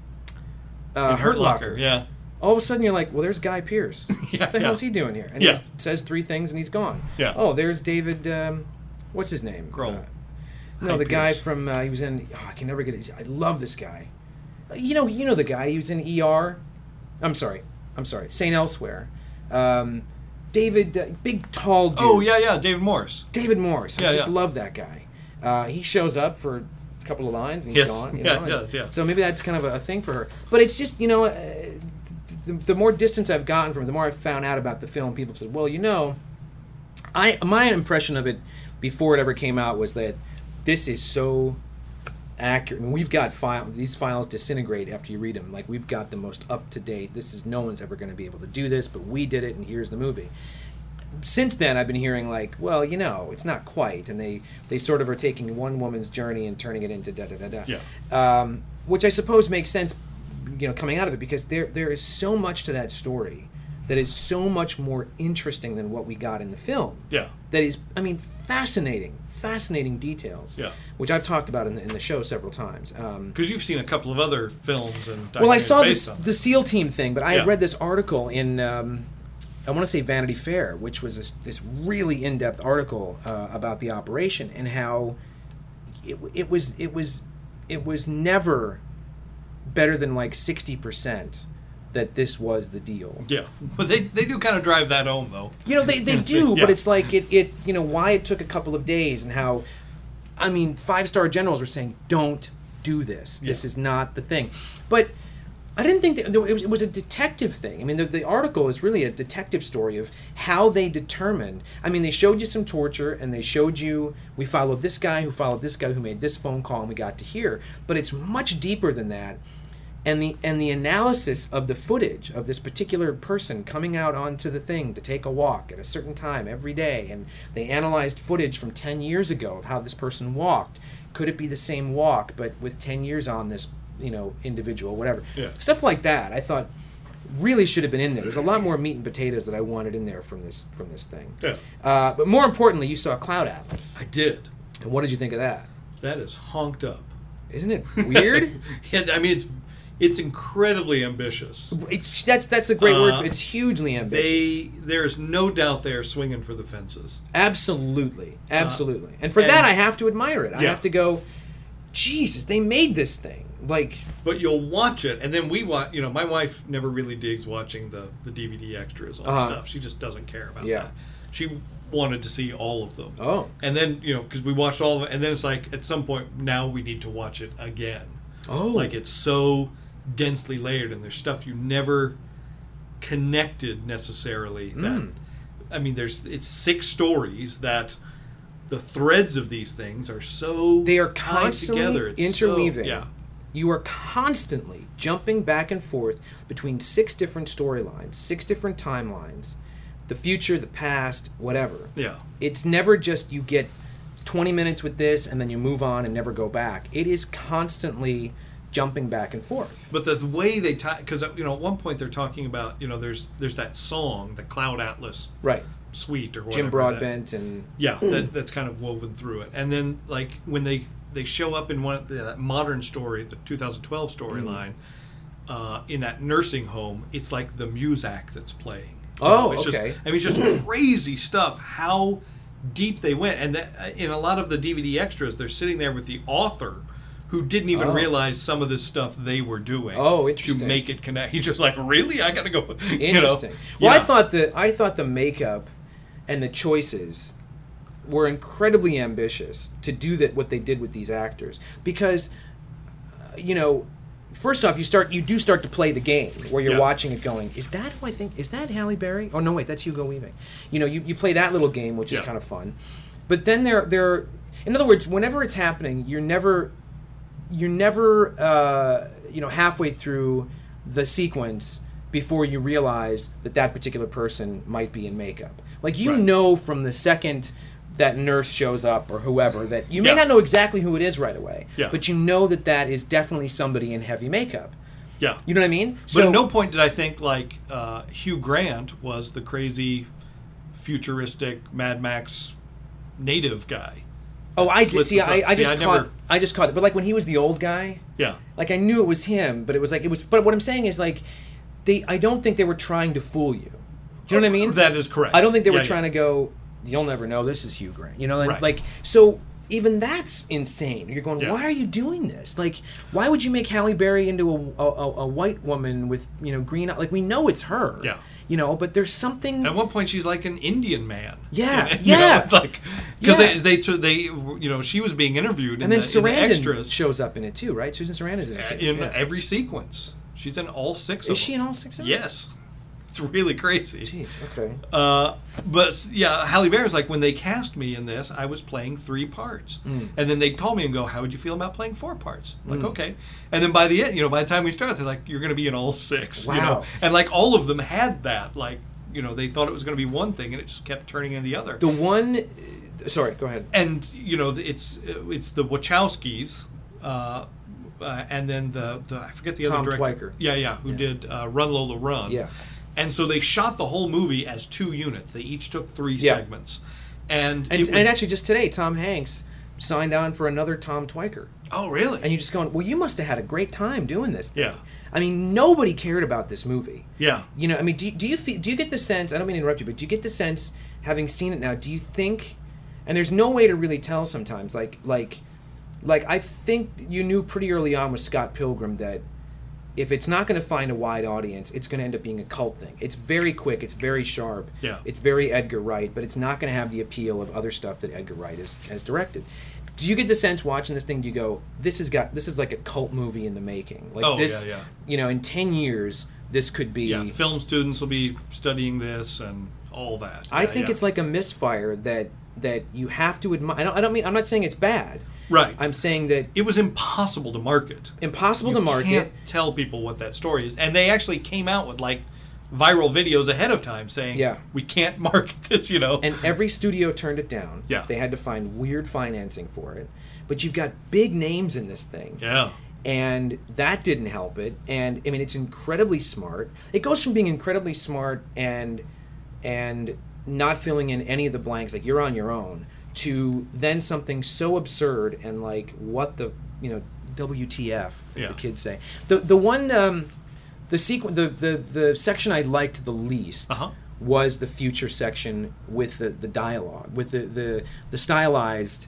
Speaker 8: uh, Hurt Locker.
Speaker 7: Yeah.
Speaker 8: All of a sudden, you're like, "Well, there's Guy Pierce.
Speaker 7: Yeah,
Speaker 8: what the hell's
Speaker 7: yeah.
Speaker 8: he doing here?" And
Speaker 7: Yeah.
Speaker 8: he says three things, and he's gone.
Speaker 7: Yeah.
Speaker 8: Oh, there's David. Um, what's his name?
Speaker 7: Grohl.
Speaker 8: Uh, no,
Speaker 7: Guy
Speaker 8: the guy
Speaker 7: Pearce.
Speaker 8: from uh, he was in. Oh, I can never get it. I love this guy. Uh, You know, you know the guy. He was in ER. I'm sorry. I'm sorry. Saint Elsewhere. Um, David, uh, big tall dude.
Speaker 7: Oh yeah, yeah. David Morse.
Speaker 8: David Morris. I
Speaker 7: Yeah,
Speaker 8: just
Speaker 7: yeah.
Speaker 8: love that guy. Uh, he shows up for a couple of lines and he's
Speaker 7: Yes.
Speaker 8: gone. You
Speaker 7: Yeah,
Speaker 8: know,
Speaker 7: it
Speaker 8: and-
Speaker 7: does, yeah.
Speaker 8: So maybe that's kind of a, a thing for her. But it's just you know, uh, th- the, the more distance I've gotten from it, the more I've found out about the film. People have said, well, you know, I my impression of it before it ever came out was that this is so accurate. I mean, we've got file these files disintegrate after you read them. Like we've got the most up to date. This is no one's ever going to be able to do this, but we did it, and here's the movie. Since then, I've been hearing like, well, you know, it's not quite, and they they sort of are taking one woman's journey and turning it into da da da da.
Speaker 7: Yeah.
Speaker 8: Um, which I suppose makes sense, you know, coming out of it because there there is so much to that story that is so much more interesting than what we got in the film
Speaker 7: Yeah.
Speaker 8: that is i mean fascinating fascinating details
Speaker 7: Yeah.
Speaker 8: which i've talked about in the, in the show several times um,
Speaker 7: Because you've seen a couple of other films and
Speaker 8: well i
Speaker 7: documentaries
Speaker 8: saw
Speaker 7: based
Speaker 8: this,
Speaker 7: on
Speaker 8: the seal team thing but i
Speaker 7: Yeah.
Speaker 8: had read this article in um, i want to say vanity fair which was this, this really in-depth article uh, about the operation and how it, it was it was it was never better than like 60% that this was the deal
Speaker 7: Yeah, but they, they do kind of drive that home though.
Speaker 8: You know, they, they
Speaker 7: It's
Speaker 8: do,
Speaker 7: like-
Speaker 8: but
Speaker 7: yeah.
Speaker 8: it's like it, it, you know, why it took a couple of days and how, I mean, five star generals were saying, don't do this. This
Speaker 7: Yeah.
Speaker 8: is not the thing. But I didn't think that it was, it was a detective thing. I mean, the, the article is really a detective story of how they determined. I mean, they showed you some torture and they showed you, we followed this guy who followed this guy who made this phone call and we got to here. But it's much deeper than that and the and the analysis of the footage of this particular person coming out onto the thing to take a walk at a certain time every day and they analyzed footage from 10 years ago of how this person walked could it be the same walk but with 10 years on this you know individual whatever
Speaker 7: Yeah.
Speaker 8: stuff like that i thought really should have been in there there's a lot more meat and potatoes that i wanted in there from this from this thing
Speaker 7: Yeah.
Speaker 8: uh, but more importantly you saw cloud atlas
Speaker 7: I did.
Speaker 8: and what did you think of that
Speaker 7: That is honked up.
Speaker 8: isn't it weird
Speaker 7: Yeah, I mean it's it's incredibly ambitious.
Speaker 8: it's, that's that's a great word
Speaker 7: Uh,
Speaker 8: for, it's hugely ambitious
Speaker 7: They there is no doubt they are swinging for the fences.
Speaker 8: Absolutely, absolutely. and for that,
Speaker 7: Uh, and-
Speaker 8: I have to admire it. I
Speaker 7: Yeah.
Speaker 8: have to go, Jesus, they made this thing. Like,
Speaker 7: But you'll watch it, and then we watch. You know, my wife never really digs watching the the DVD extras on
Speaker 8: Uh-huh.
Speaker 7: stuff. She just doesn't care about
Speaker 8: Yeah.
Speaker 7: that. She wanted to see all of them.
Speaker 8: Oh.
Speaker 7: and then you know because we watched all of it, and then it's like at some point now we need to watch it again.
Speaker 8: oh,
Speaker 7: Like it's so densely layered, and there's stuff you never connected necessarily. That
Speaker 8: Hmm.
Speaker 7: I mean, there's it's six stories that the threads of these things are so
Speaker 8: they are
Speaker 7: tied
Speaker 8: constantly
Speaker 7: together. It's so-
Speaker 8: interweaving.
Speaker 7: yeah,
Speaker 8: You are constantly jumping back and forth between six different storylines, six different timelines, the future, the past, whatever.
Speaker 7: yeah,
Speaker 8: It's never just you get 20 minutes with this and then you move on and never go back. It is constantly jumping back and forth.
Speaker 7: But the way they tie, because you know, at one point they're talking about, you know, there's there's that song, the Cloud Atlas
Speaker 8: Right.
Speaker 7: suite or whatever.
Speaker 8: Jim
Speaker 7: that-
Speaker 8: Broadbent and
Speaker 7: yeah, that, that's kind of woven through it. And then like when they they show up in one of the, that modern story, the 2012
Speaker 8: Mm.
Speaker 7: storyline, uh, in that nursing home, it's like the Muzak that's playing. You
Speaker 8: Oh,
Speaker 7: it's
Speaker 8: okay.
Speaker 7: Just, I mean, it's just crazy stuff. How deep they went, and that, uh, in a lot of the DVD extras, they're sitting there with the author. Who didn't even
Speaker 8: Oh.
Speaker 7: realize some of the stuff they were doing?
Speaker 8: Oh,
Speaker 7: To
Speaker 8: interesting.
Speaker 7: make it connect, he's just like, "Really? I gotta go." You know?
Speaker 8: Interesting. Well, I
Speaker 7: Yeah.
Speaker 8: thought the I thought the makeup and the choices were incredibly ambitious to do that what they did with these actors because uh, you know first off you start you do start to play the game where you're
Speaker 7: Yeah.
Speaker 8: watching it going is that who I think is that Halle Berry oh no wait that's Hugo Weaving you know you, you play that little game which is
Speaker 7: Yeah.
Speaker 8: kind of fun but then there there in other words whenever it's happening you're never you're never uh, you know halfway through the sequence before you realize that that particular person might be in makeup. Like you
Speaker 7: Right.
Speaker 8: know from the second that nurse shows up or whoever that you may
Speaker 7: Yeah.
Speaker 8: not know exactly who it is right away,
Speaker 7: Yeah.
Speaker 8: but you know that that is definitely somebody in heavy makeup.
Speaker 7: yeah.
Speaker 8: You know what I mean?
Speaker 7: But at no point did I think like uh, Hugh Grant was the crazy, futuristic Mad Max native guy.
Speaker 8: oh, I did
Speaker 7: slits
Speaker 8: see.
Speaker 7: the
Speaker 8: I,
Speaker 7: throat.
Speaker 8: I
Speaker 7: See,
Speaker 8: just
Speaker 7: I
Speaker 8: caught.
Speaker 7: never-
Speaker 8: I just caught it. But like when he was the old guy,
Speaker 7: Yeah,
Speaker 8: like I knew it was him, but it was like it was. But what I'm saying is like, they. I don't think they were trying to fool you. Do you know what I mean?
Speaker 7: that is correct.
Speaker 8: I don't think they were
Speaker 7: Yeah, yeah.
Speaker 8: trying to go. You'll never know. This is Hugh Grant. You know, and
Speaker 7: Right.
Speaker 8: like so. Even that's insane. You're going.
Speaker 7: Yeah.
Speaker 8: Why are you doing this? Like, why would you make Halle Berry into a, a, a, a white woman with you know green? eye- Like we know it's her.
Speaker 7: Yeah.
Speaker 8: You know, but there's something.
Speaker 7: And at one point, she's like an Indian man.
Speaker 8: Yeah,
Speaker 7: And,
Speaker 8: yeah.
Speaker 7: it's like because
Speaker 8: Yeah.
Speaker 7: they, they t- they you know she was being interviewed in
Speaker 8: and then
Speaker 7: the, in the
Speaker 8: Sarandon
Speaker 7: extras
Speaker 8: shows up in it too, right? Susan Sarandon's in it. Too.
Speaker 7: in
Speaker 8: yeah.
Speaker 7: every sequence. She's in all six. of
Speaker 8: is she in
Speaker 7: them.
Speaker 8: all six? of them?
Speaker 7: Yes, it's really crazy.
Speaker 8: Jeez. Okay.
Speaker 7: Uh, but yeah, Halle Berry's like when they cast me in this, I was playing three parts, and then they'd call me and go, "How would you feel about playing four parts?" I'm like, okay. And then by the end, you know, by the time we start, they're like, "You're going to be in all six, you
Speaker 8: Wow.
Speaker 7: know, and like all of them had that, like, you know, they thought it was going to be one thing, and it just kept turning into the other.
Speaker 8: The one. Sorry. Go ahead.
Speaker 7: and you know, it's uh, it's the Wachowskis. Uh, uh, and then the, the I forget the
Speaker 8: Tom
Speaker 7: other director.
Speaker 8: Twyker.
Speaker 7: Yeah, yeah, who did uh, Run Lola Run.
Speaker 8: Yeah.
Speaker 7: And so they shot the whole movie as two units. They each took three
Speaker 8: Yeah.
Speaker 7: segments. And,
Speaker 8: And,
Speaker 7: it would-
Speaker 8: and actually, just today, Tom Hanks signed on for another Tom Twyker.
Speaker 7: oh really?
Speaker 8: and you're just going, well, you must have had a great time doing this. Thing.
Speaker 7: Yeah.
Speaker 8: I mean, nobody cared about this movie.
Speaker 7: yeah.
Speaker 8: You know, I mean, do, do you feel, do you get the sense? I don't mean to interrupt you, but do you get the sense, having seen it now, do you think? And there's no way to really tell sometimes. Like like like I think you knew pretty early on with Scott Pilgrim that if it's not going to find a wide audience, it's going to end up being a cult thing. It's very quick. It's very sharp.
Speaker 7: Yeah.
Speaker 8: It's very Edgar Wright, but it's not going to have the appeal of other stuff that Edgar Wright has, has directed. Do you get the sense watching this thing? Do you go, this has got this is like a cult movie in the making? Like
Speaker 7: Oh,
Speaker 8: this,
Speaker 7: yeah, yeah.
Speaker 8: you know, in ten years, this could be.
Speaker 7: Yeah. Film students will be studying this and all that.
Speaker 8: I
Speaker 7: Yeah,
Speaker 8: think
Speaker 7: yeah.
Speaker 8: it's like a misfire that that you have to admire. I don't, I don't mean I'm not saying it's bad.
Speaker 7: Right.
Speaker 8: I'm saying that
Speaker 7: it was impossible to market.
Speaker 8: impossible to
Speaker 7: You
Speaker 8: market.
Speaker 7: Can't tell people what that story is. And they actually came out with like viral videos ahead of time saying,
Speaker 8: Yeah.
Speaker 7: we can't market this, you know.
Speaker 8: and every studio turned it down.
Speaker 7: Yeah.
Speaker 8: They had to find weird financing for it. But you've got big names in this thing.
Speaker 7: yeah.
Speaker 8: And that didn't help it. And I mean it's incredibly smart. It goes from being incredibly smart and and not filling in any of the blanks like you're on your own to then something so absurd and like what the you know WTF as
Speaker 7: Yeah.
Speaker 8: the kids say. The the one um the sequ- the, the the section I liked the least
Speaker 7: Uh-huh.
Speaker 8: was the future section with the, the dialogue, with the, the the stylized,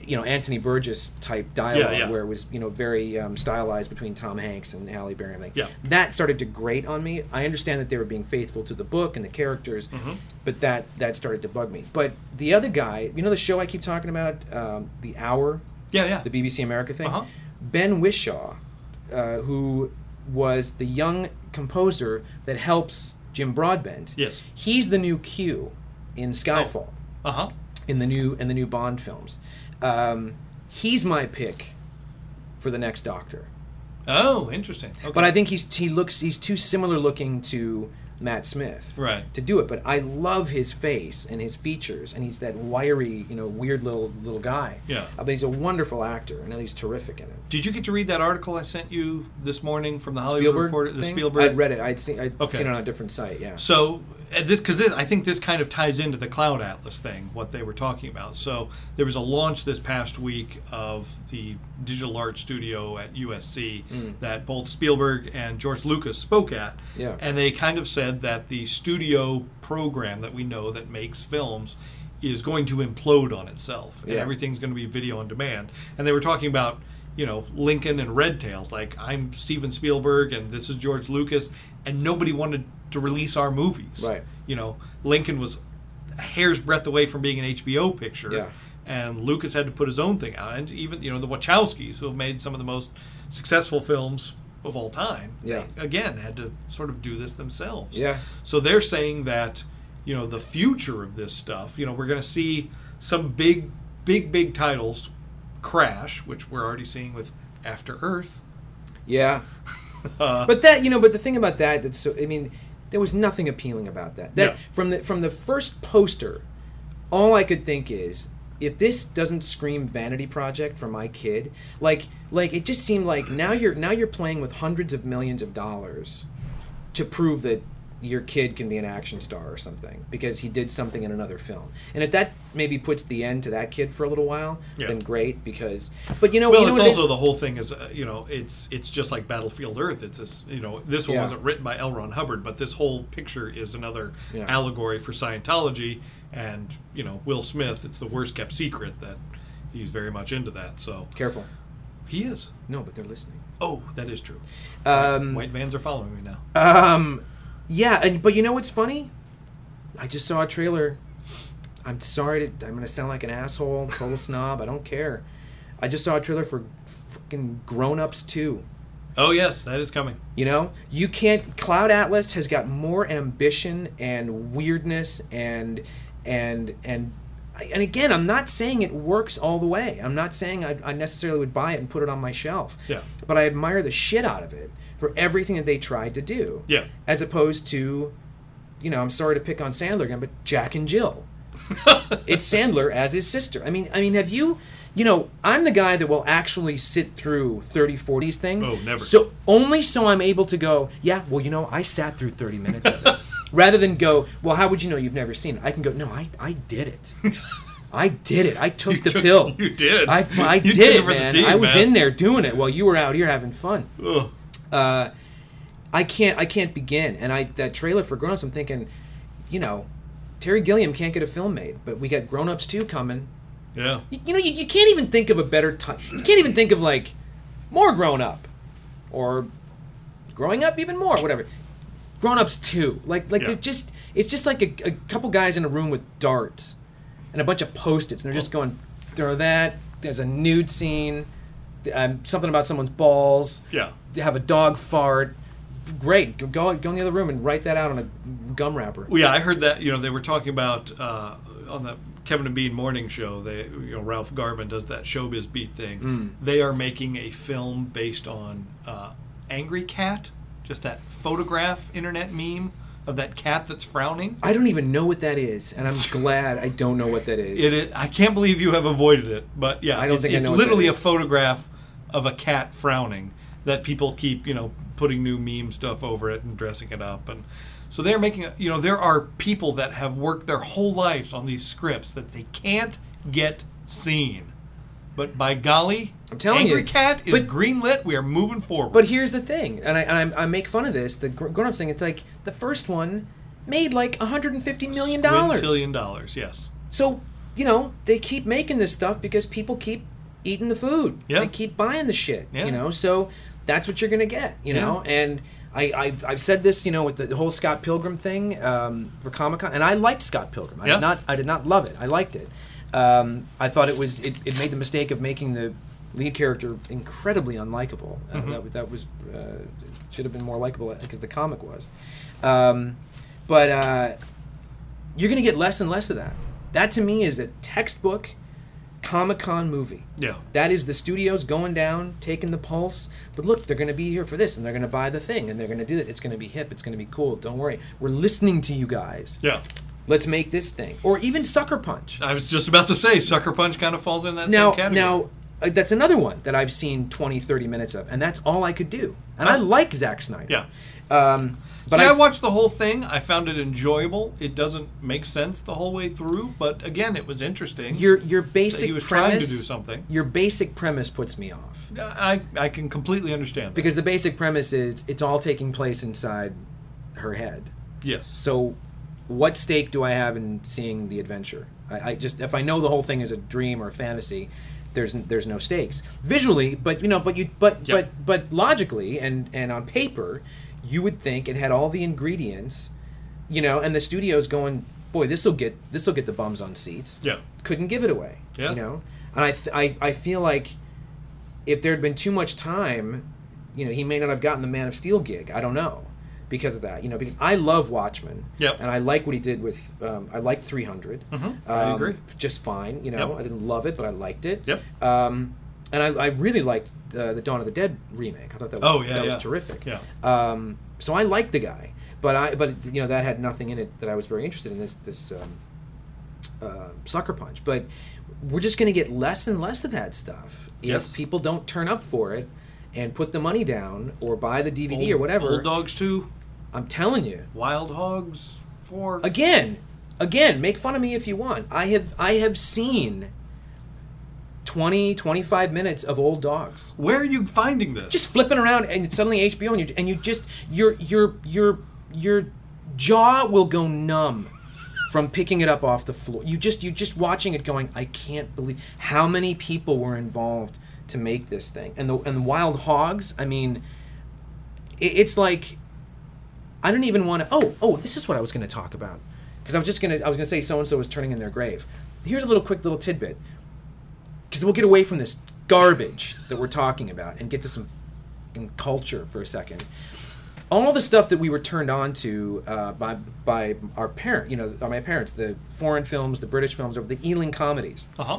Speaker 8: you know, Anthony Burgess type dialogue,
Speaker 7: yeah.
Speaker 8: where it was you know very um, stylized between Tom Hanks and Halle Berry. And everything.
Speaker 7: Yeah.
Speaker 8: that started to grate on me. I understand that they were being faithful to the book and the characters,
Speaker 7: Mm-hmm.
Speaker 8: but that that started to bug me. But the other guy, you know, the show I keep talking about, um, the Hour,
Speaker 7: Yeah, yeah.
Speaker 8: the BBC America thing.
Speaker 7: Uh-huh.
Speaker 8: Ben Wishaw, uh, who was the young composer that helps Jim Broadbent.
Speaker 7: Yes.
Speaker 8: he's the new Q in Skyfall,
Speaker 7: uh-huh.
Speaker 8: in the new in the new Bond films. Um, he's my pick for the next Doctor,
Speaker 7: Oh, interesting. Okay.
Speaker 8: but I think he's he looks he's too similar looking to Matt Smith
Speaker 7: Right.
Speaker 8: to do it. But I love his face and his features, and he's that wiry, you know, weird little little guy.
Speaker 7: Yeah.
Speaker 8: Uh, but he's a wonderful actor, and I think he's terrific in it.
Speaker 7: Did you get to read that article I sent you this morning from the Hollywood
Speaker 8: Spielberg,
Speaker 7: Reporter? The
Speaker 8: thing?
Speaker 7: Spielberg.
Speaker 8: I'd read it. I'd seen. I'd
Speaker 7: Okay.
Speaker 8: seen it on a different site. Yeah.
Speaker 7: So at this because I think this kind of ties into the Cloud Atlas thing, what they were talking about. So there was a launch this past week of the digital art studio at USC
Speaker 8: Hmm.
Speaker 7: that both Spielberg and George Lucas spoke at.
Speaker 8: Yeah.
Speaker 7: And they kind of said that the studio program that we know that makes films is going to implode on itself, and
Speaker 8: Yeah.
Speaker 7: everything's going to be video on demand. And they were talking about. You know, Lincoln and Red Tails. Like, I'm Steven Spielberg and this is George Lucas, and nobody wanted to release our movies.
Speaker 8: Right.
Speaker 7: You know, Lincoln was a hair's breadth away from being an HBO picture.
Speaker 8: Yeah.
Speaker 7: And Lucas had to put his own thing out. And even, you know, the Wachowskis, who have made some of the most successful films of all time,
Speaker 8: Yeah.
Speaker 7: they, again, had to sort of do this themselves.
Speaker 8: Yeah.
Speaker 7: So they're saying that, you know, the future of this stuff, you know, we're going to see some big, big, big titles crash, which we're already seeing with After Earth.
Speaker 8: Yeah.
Speaker 7: Uh.
Speaker 8: but that you know, but the thing about that that's so I mean, there was nothing appealing about that. That
Speaker 7: No.
Speaker 8: from the from the first poster, all I could think is if this doesn't scream vanity project for my kid, like like it just seemed like now you're now you're playing with hundreds of millions of dollars to prove that your kid can be an action star or something because he did something in another film. And if that maybe puts the end to that kid for a little while,
Speaker 7: Yeah.
Speaker 8: then great because but you know
Speaker 7: Well,
Speaker 8: you know
Speaker 7: it's
Speaker 8: what it
Speaker 7: also
Speaker 8: is?
Speaker 7: the whole thing is uh, you know it's it's just like Battlefield Earth. It's this you know this one
Speaker 8: Yeah.
Speaker 7: wasn't written by L. Ron Hubbard, but this whole picture is another
Speaker 8: Yeah.
Speaker 7: allegory for Scientology. And you know Will Smith, it's the worst kept secret that he's very much into that. So
Speaker 8: careful.
Speaker 7: he is.
Speaker 8: No, but they're listening.
Speaker 7: Oh, that is true.
Speaker 8: Um,
Speaker 7: White vans are following me now.
Speaker 8: um, yeah, and but you know what's funny? I just saw a trailer. I'm sorry to. I'm gonna sound like an asshole, total snob. I don't care. I just saw a trailer for fucking Grown Ups Two.
Speaker 7: oh yes, that is coming.
Speaker 8: You know, you can't. Cloud Atlas has got more ambition and weirdness and and and and again, I'm not saying it works all the way. I'm not saying I, I necessarily would buy it and put it on my shelf.
Speaker 7: Yeah.
Speaker 8: But I admire the shit out of it for everything that they tried to do.
Speaker 7: Yeah.
Speaker 8: As opposed to, you know, I'm sorry to pick on Sandler again, but Jack and Jill it's Sandler as his sister. I mean, I mean, have you, you know, I'm the guy that will actually sit through 30, 40s things.
Speaker 7: Oh, never.
Speaker 8: So only so I'm able to go, yeah, well, you know, I sat through 30 minutes of it. Rather than go, well, how would you know you've never seen it? I can go, no, I, I did it. I did it. I took the
Speaker 7: took-
Speaker 8: pill.
Speaker 7: you did.
Speaker 8: I, I
Speaker 7: You
Speaker 8: did,
Speaker 7: did it
Speaker 8: it,
Speaker 7: for the
Speaker 8: man.
Speaker 7: team,
Speaker 8: I was
Speaker 7: man.
Speaker 8: in there doing it while you were out here having fun.
Speaker 7: Ugh.
Speaker 8: I can't I can't begin. And I that trailer for Grown Ups, I'm thinking, you know, Terry Gilliam can't get a film made, but we got Grown Ups 2 coming.
Speaker 7: Yeah.
Speaker 8: You, you know, you, you can't even think of a better time. You can't even think of like more grown up or growing up even more, whatever. Grown ups too. Like like
Speaker 7: Yeah.
Speaker 8: they're just it's just like a, a couple guys in a room with darts and a bunch of post-its and they're just
Speaker 7: Oh.
Speaker 8: going throw that. There's a nude scene. th- Um, something about someone's balls.
Speaker 7: Yeah.
Speaker 8: They Have a dog fart. Great. Go, go go in the other room and write that out on a gum wrapper.
Speaker 7: Well, yeah, I heard that. You know, they were talking about uh, on the Kevin and Bean morning show. They, you know, Ralph Garman does that showbiz beat thing. They are making a film based on uh, Angry Cat, just that photograph internet meme of that cat that's frowning.
Speaker 8: I don't even know what that is, and I'm glad I don't know what that is.
Speaker 7: It, is- I can't believe you have avoided it, but yeah,
Speaker 8: I don't
Speaker 7: it's,
Speaker 8: think I
Speaker 7: it's
Speaker 8: know what that
Speaker 7: literally a
Speaker 8: is.
Speaker 7: photograph of a cat frowning that people keep, you know, putting new meme stuff over it and dressing it up, and so they're making, a, you know, there are people that have worked their whole lives on these scripts that they can't get seen, but by golly, I'm
Speaker 8: telling
Speaker 7: Angry
Speaker 8: you,
Speaker 7: Cat is
Speaker 8: but-
Speaker 7: greenlit. We are moving forward.
Speaker 8: But here's the thing, and I, and I, I make fun of this. The gr- grown-up thing. It's like the first one made like 150 million dollars.
Speaker 7: Quintillion dollars, yes.
Speaker 8: So you know they keep making this stuff because people keep eating the food.
Speaker 7: Yeah.
Speaker 8: They keep buying the shit.
Speaker 7: Yeah.
Speaker 8: You know, so that's what you're gonna get. You know, and. I, I, I've said this, you know, with the whole Scott Pilgrim thing um, for Comic Con, and I liked Scott Pilgrim. I
Speaker 7: Yeah.
Speaker 8: did not, I did not love it. I liked it. Um, I thought it was, it, it made the mistake of making the lead character incredibly unlikable. Uh,
Speaker 7: Mm-hmm.
Speaker 8: that, was- that was uh, should have been more likable because the comic was. Um, but uh, you're going to get less and less of that. That to me is a textbook Comic Con movie.
Speaker 7: Yeah.
Speaker 8: That is the studios going down, taking the pulse. But look, they're going to be here for this, and they're going to buy the thing, and they're going to do it. It's going to be hip. It's going to be cool. Don't worry. We're listening to you guys.
Speaker 7: Yeah.
Speaker 8: Let's make this thing. Or even Sucker Punch.
Speaker 7: I was just about to say Sucker Punch kind of falls in that
Speaker 8: now,
Speaker 7: same category.
Speaker 8: now uh, that's another one that I've seen 20, 30 minutes of, and that's all I could do. And I
Speaker 7: Huh.
Speaker 8: like Zack Snyder.
Speaker 7: yeah.
Speaker 8: Um, but
Speaker 7: See, I,
Speaker 8: I,
Speaker 7: watched the whole thing. I found it enjoyable. It doesn't make sense the whole way through, but again, it was interesting.
Speaker 8: your your basic
Speaker 7: was trying to
Speaker 8: premise
Speaker 7: do something.
Speaker 8: Your basic premise puts me off.
Speaker 7: I I can completely understand. That.
Speaker 8: Because the basic premise is it's all taking place inside her head.
Speaker 7: Yes.
Speaker 8: So, what stake do I have in seeing the adventure? I, I just if I know the whole thing is a dream or fantasy, there's n- there's no stakes visually, but you know, but you but
Speaker 7: Yeah.
Speaker 8: but but logically and and on paper, you would think it had all the ingredients, you know, and the studio's going, boy, this will get this will get the bums on seats.
Speaker 7: Yeah.
Speaker 8: couldn't give it away.
Speaker 7: Yeah.
Speaker 8: you know, and I th- I I feel like if there had been too much time, you know, he may not have gotten the Man of Steel gig. I don't know because of that. You know, because I love Watchmen.
Speaker 7: Yep. Mm-hmm.
Speaker 8: And I like what he did with. Um, I like 300.
Speaker 7: I agree.
Speaker 8: Um, Just fine. You know,
Speaker 7: Yep.
Speaker 8: I didn't love it, but I liked it.
Speaker 7: Yep.
Speaker 8: Um, and I, I really liked the, the Dawn of the Dead remake. I thought that was,
Speaker 7: Oh yeah.
Speaker 8: that
Speaker 7: yeah.
Speaker 8: was terrific.
Speaker 7: Yeah.
Speaker 8: Um, so I liked the guy, but I but you know that had nothing in it that I was very interested in this this um, uh, sucker punch. But we're just going to get less and less of that stuff
Speaker 7: Yes.
Speaker 8: if people don't turn up for it and put the money down or buy the DVD or whatever.
Speaker 7: Old dogs two,
Speaker 8: I'm telling you
Speaker 7: wild hogs four.
Speaker 8: again, again, make fun of me if you want. I have I have seen 20 25 minutes of old dogs
Speaker 7: Where are you finding this?
Speaker 8: just flipping around and it's suddenly HBO and you and you just your your your your jaw will go numb from picking it up off the floor. You just you just watching it going, I can't believe how many people were involved to make this thing. And the and the Wild Hogs, I mean it, it's like I don't even want to Oh, oh, this is what I was going to talk about. Cuz I was just going to I was going to say so and so was turning in their grave. Here's a little quick little tidbit because we'll get away from this garbage that we're talking about and get to some fucking culture for a second. All the stuff that we were turned on to uh, by by our parent, you know, by my parents, the foreign films, the British films, or the Ealing comedies.
Speaker 7: uh huh.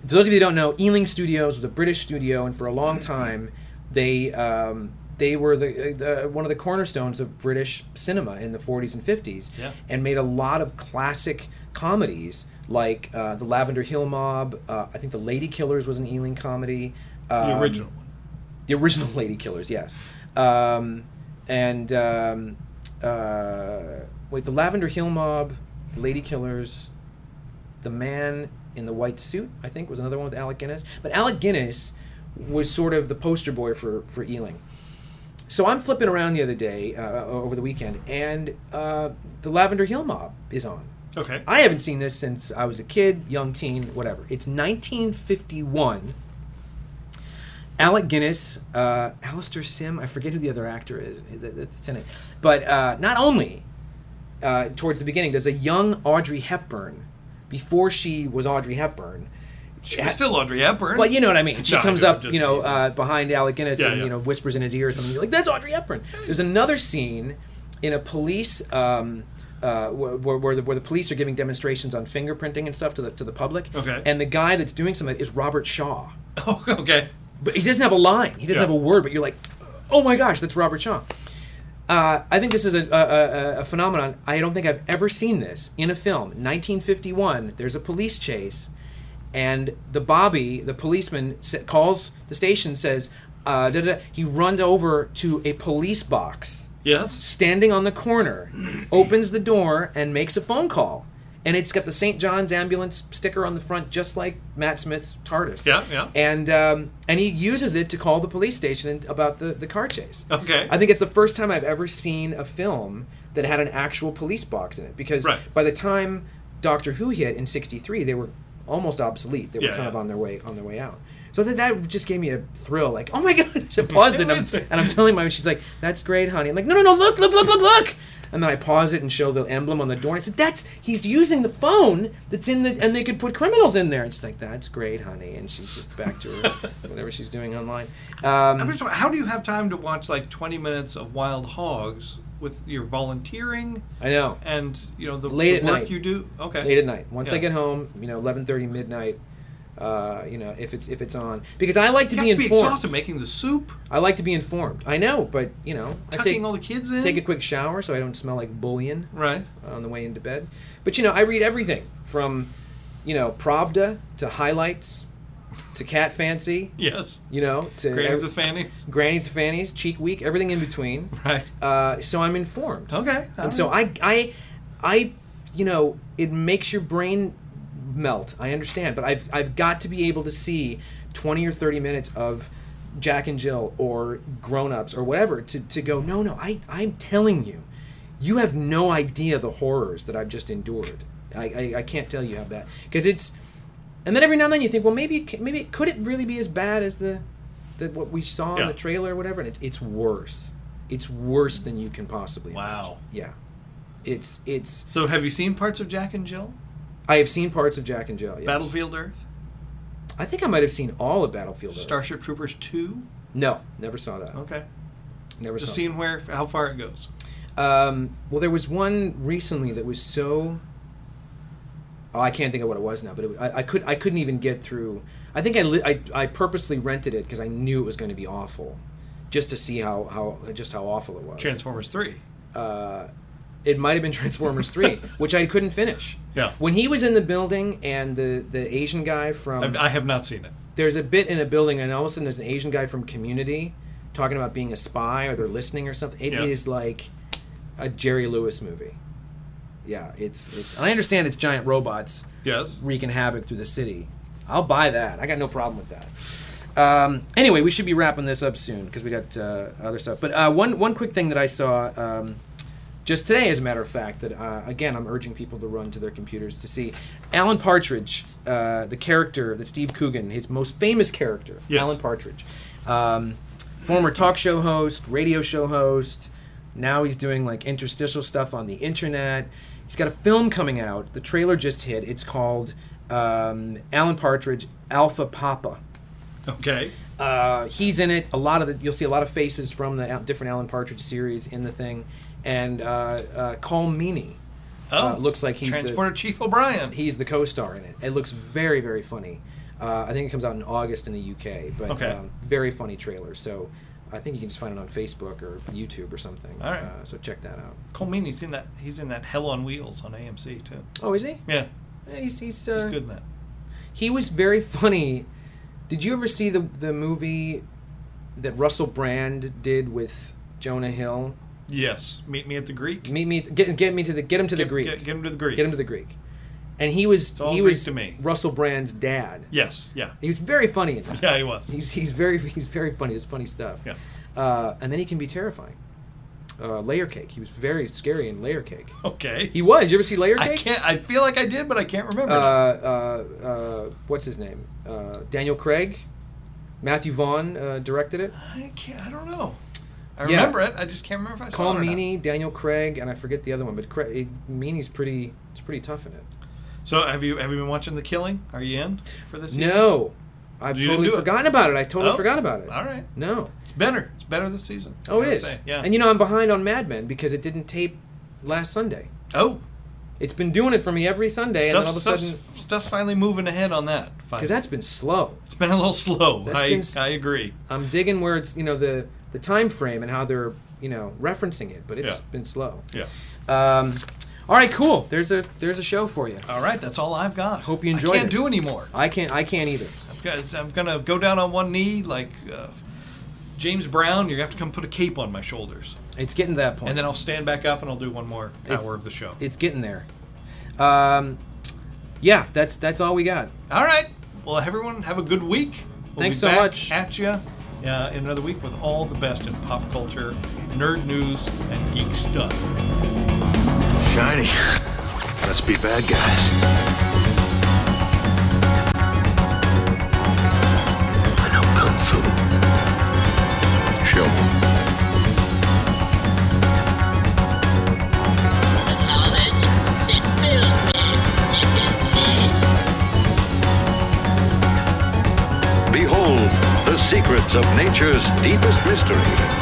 Speaker 8: For those of you that don't know, Ealing Studios was a British studio, and for a long time, they um, they were the uh, one of the cornerstones of British cinema in the 40s and 50s,
Speaker 7: Yeah.
Speaker 8: and made a lot of classic comedies like uh, the Lavender Hill Mob. Uh, I think the Lady Killers was an Ealing comedy. Um,
Speaker 7: The original one.
Speaker 8: the original Lady Killers, yes. Um, and um, uh, wait, the Lavender Hill Mob, Lady Killers, the man in the white suit, I think, was another one with Alec Guinness. But Alec Guinness was sort of the poster boy for for Ealing. So I'm flipping around the other day uh, over the weekend, and uh, the Lavender Hill Mob is on.
Speaker 7: Okay.
Speaker 8: I haven't seen this since I was a kid, young teen, whatever. It's 1951. Alec Guinness, uh, Alistair Sim, I forget who the other actor is that- that's in it. But uh, not only uh, towards the beginning does a young Audrey Hepburn, before she was Audrey Hepburn,
Speaker 7: she was still Audrey Hepburn.
Speaker 8: but you know what I mean. She
Speaker 7: No, I
Speaker 8: comes
Speaker 7: know,
Speaker 8: up,
Speaker 7: just
Speaker 8: you know,
Speaker 7: teasing.
Speaker 8: uh, behind Alec Guinness
Speaker 7: Yeah,
Speaker 8: and
Speaker 7: yeah.
Speaker 8: you know whispers in his ear or something. You're like that's Audrey Hepburn. There's another scene in a police um, uh, where, where, where, the, where the police are giving demonstrations on fingerprinting and stuff to the to the public.
Speaker 7: Okay.
Speaker 8: And the guy that's doing some of it is Robert Shaw,
Speaker 7: Oh, okay.
Speaker 8: but he doesn't have a line. He doesn't
Speaker 7: Yeah.
Speaker 8: have a word. But you're like, oh my gosh, that's Robert Shaw. Uh, I think this is a, a, a, a phenomenon. I don't think I've ever seen this in a film. 1951. There's a police chase and the Bobby, the policeman, sa- calls the station, says, uh, da, da, da. he runs over to a police box
Speaker 7: Yes.
Speaker 8: standing on the corner, opens the door, and makes a phone call. And it's got the St. John's ambulance sticker on the front, just like Matt Smith's TARDIS.
Speaker 7: Yeah, yeah.
Speaker 8: And um, and he uses it to call the police station and- about the, the car chase.
Speaker 7: Okay.
Speaker 8: I think it's the first time I've ever seen a film that had an actual police box in it because
Speaker 7: Right.
Speaker 8: by the time Doctor Who hit in '63, they were almost obsolete. They were
Speaker 7: Yeah,
Speaker 8: kind of
Speaker 7: yeah.
Speaker 8: on their way on their way out. So that, that just gave me a thrill, like, oh my god! I paused it, and I'm, and I'm telling my she's like, "That's great, honey." I'm like, "No, no, no! Look, look, look, look, look!" And then I pause it and show the emblem on the door. And I said, "That's he's using the phone that's in the and they could put criminals in there." And she's like, "That's great, honey." And she's just back to her whatever she's doing online. Um,
Speaker 7: I'm just. How do you have time to watch like 20 minutes of Wild Hogs with your volunteering
Speaker 8: I know.
Speaker 7: and you know the,
Speaker 8: Late
Speaker 7: the
Speaker 8: at
Speaker 7: work
Speaker 8: night.
Speaker 7: you do? Okay.
Speaker 8: late at night. Once I
Speaker 7: Yeah.
Speaker 8: get home, you know, eleven thirty midnight, Uh, you know, if it's if it's on, because I like to
Speaker 7: You have
Speaker 8: be
Speaker 7: to be
Speaker 8: informed.
Speaker 7: exhausted making the soup,
Speaker 8: I like to be informed. I know, but you know, I
Speaker 7: tucking
Speaker 8: take
Speaker 7: all the kids in.
Speaker 8: take a quick shower so I don't smell like bullion
Speaker 7: right.
Speaker 8: on the way into bed. But you know, I read everything from, you know, Pravda to highlights to Cat Fancy.
Speaker 7: Yes.
Speaker 8: You know, to
Speaker 7: Granny's
Speaker 8: ev-
Speaker 7: with fannies.
Speaker 8: Granny's to Fannies, Cheek Week, everything in between.
Speaker 7: Right.
Speaker 8: Uh, so I'm informed.
Speaker 7: Okay.
Speaker 8: And so I, I, I, you know, it makes your brain melt. I understand, but I've I've got to be able to see twenty or thirty minutes of Jack and Jill or Grown Ups or whatever to to go. No, no, I I'm telling you, you have no idea the horrors that I've just endured. I I, I can't tell you how bad because it's. And then every now and then you think, well, maybe it, ca- maybe it, could it really be as bad as the, the what we saw in
Speaker 7: Yeah.
Speaker 8: the trailer or whatever? And it's it's worse. It's worse than you can possibly.
Speaker 7: Wow.
Speaker 8: Yeah. It's it's
Speaker 7: So have you seen parts of Jack and Jill?
Speaker 8: I have seen parts of Jack and Jill. Yes.
Speaker 7: Battlefield Earth,
Speaker 8: I think I might have seen all of Battlefield. Earth.
Speaker 7: Starship Troopers two.
Speaker 8: No, never saw that.
Speaker 7: Okay.
Speaker 8: Never
Speaker 7: Just
Speaker 8: saw.
Speaker 7: seeing where how far it goes.
Speaker 8: Um, well, there was one recently that was so. Oh, I can't think of what it was now, but it, was- I, I could I couldn't even get through. I think I li- I, I purposely rented it because I knew it was going to be awful, just to see how, how just how awful it was.
Speaker 7: Transformers three.
Speaker 8: it might have been Transformers Three, which I couldn't finish.
Speaker 7: Yeah.
Speaker 8: When he was in the building and the the Asian guy from
Speaker 7: I've, I have not seen it.
Speaker 8: there's a bit in a building, and all of a sudden there's an Asian guy from Community talking about being a spy or they're listening or something. It is
Speaker 7: Yeah.
Speaker 8: like a Jerry Lewis movie. Yeah, it's it's. And I understand it's giant robots
Speaker 7: Yes.
Speaker 8: wreaking havoc through the city. I'll buy that. I got no problem with that. Um, anyway, we should be wrapping this up soon because we got uh, other stuff. But uh, one one quick thing that I saw um, just today, as a matter of fact, that uh, again I'm urging people to run to their computers to see Alan Partridge, uh, the character that Steve Coogan, his most famous character,
Speaker 7: Yes.
Speaker 8: Alan Partridge, um, former talk show host, radio show host. Now he's doing like interstitial stuff on the internet. He's got a film coming out. The trailer just hit. It's called um, Alan Partridge Alpha Papa.
Speaker 7: Okay.
Speaker 8: Uh, he's in it. A lot of the you'll see a lot of faces from the Al- different Alan Partridge series in the thing, and uh, uh, Call Meany.
Speaker 7: Oh,
Speaker 8: Uh, looks like he's the-
Speaker 7: Transporter Chief O'Brien.
Speaker 8: He's the co-star in it. It looks very very funny. Uh, I think it comes out in August in the UK, but
Speaker 7: Okay.
Speaker 8: um, very funny trailer. So I think you can just find it on Facebook or YouTube or something.
Speaker 7: All right.
Speaker 8: Uh, so check that out.
Speaker 7: Cole Meany's in that. He's in that Hell on Wheels on AMC too.
Speaker 8: Oh, is he?
Speaker 7: Yeah,
Speaker 8: Yeah, He's he's,
Speaker 7: he's
Speaker 8: uh,
Speaker 7: good in that.
Speaker 8: He was very funny. Did you ever see the the movie that Russell Brand did with Jonah Hill?
Speaker 7: Yes. Meet me at the Greek.
Speaker 8: Meet me. Get, get me to the. Get him to the
Speaker 7: Get-
Speaker 8: Greek.
Speaker 7: Get, get him to the Greek.
Speaker 8: Get him to the Greek. And he was.
Speaker 7: all
Speaker 8: he
Speaker 7: Greek
Speaker 8: was
Speaker 7: to me.
Speaker 8: Russell Brand's dad.
Speaker 7: Yes. Yeah.
Speaker 8: He was very funny in that.
Speaker 7: Yeah, he was.
Speaker 8: He's he's very he's very funny. It's funny stuff.
Speaker 7: Yeah.
Speaker 8: Uh, and then he can be terrifying. Uh, layer cake. He was very scary in layer cake.
Speaker 7: Okay.
Speaker 8: He was. You ever see layer cake?
Speaker 7: I can't. I feel like I did, but I can't remember.
Speaker 8: Uh,
Speaker 7: now.
Speaker 8: uh, uh, what's his name? Uh, Daniel Craig. Matthew Vaughn uh, directed it.
Speaker 7: I can't. I don't know. I
Speaker 8: Yeah.
Speaker 7: remember it. I just can't remember if I
Speaker 8: Paul
Speaker 7: saw it. or not.
Speaker 8: Meany, Daniel Craig, and I forget the other one, but Craig, Meany's pretty. It's pretty tough in it.
Speaker 7: So have you have you been watching The Killing? Are you in for this? season?
Speaker 8: No, I've
Speaker 7: You didn't
Speaker 8: totally
Speaker 7: do it.
Speaker 8: forgotten about it. I totally
Speaker 7: Oh,
Speaker 8: forgot about it.
Speaker 7: All right.
Speaker 8: No.
Speaker 7: It's better. It's better this season.
Speaker 8: Oh,
Speaker 7: I
Speaker 8: it
Speaker 7: gotta
Speaker 8: is.
Speaker 7: say. Yeah.
Speaker 8: And you know, I'm behind on Mad Men because it didn't tape last Sunday.
Speaker 7: oh,
Speaker 8: It's been doing it for me every Sunday, and then
Speaker 7: stuff,
Speaker 8: all of a
Speaker 7: stuff's,
Speaker 8: sudden,
Speaker 7: stuff's finally moving ahead on that.
Speaker 8: because
Speaker 7: Finally.
Speaker 8: that's been slow.
Speaker 7: it's been a little slow.
Speaker 8: That's
Speaker 7: I
Speaker 8: been s-
Speaker 7: I agree.
Speaker 8: I'm digging where it's you know the the time frame and how they're you know referencing it, but it's
Speaker 7: Yeah.
Speaker 8: been slow.
Speaker 7: Yeah.
Speaker 8: Um, all right, cool. There's a there's a show for you.
Speaker 7: All right. That's all I've got.
Speaker 8: Hope you
Speaker 7: I
Speaker 8: enjoyed
Speaker 7: can't
Speaker 8: it.
Speaker 7: do anymore.
Speaker 8: I can't I can't either.
Speaker 7: Guys, I'm gonna go down on one knee like uh, James Brown. You're gonna have to come put a cape on my shoulders,
Speaker 8: It's getting to that point.
Speaker 7: and then I'll stand back up and I'll do one more hour
Speaker 8: It's-
Speaker 7: of the show.
Speaker 8: it's getting there. Um, yeah, that's that's all we got.
Speaker 7: All right. Well, everyone, have a good week. We'll
Speaker 8: Thanks
Speaker 7: be
Speaker 8: so
Speaker 7: back
Speaker 8: much.
Speaker 7: At you uh, in another week with all the best in pop culture, nerd news, and geek stuff.
Speaker 2: Shiny. Let's be bad guys.
Speaker 6: I know kung fu.
Speaker 2: Show.
Speaker 9: The knowledge that fills me, that defeats
Speaker 6: Behold the secrets of nature's deepest mystery.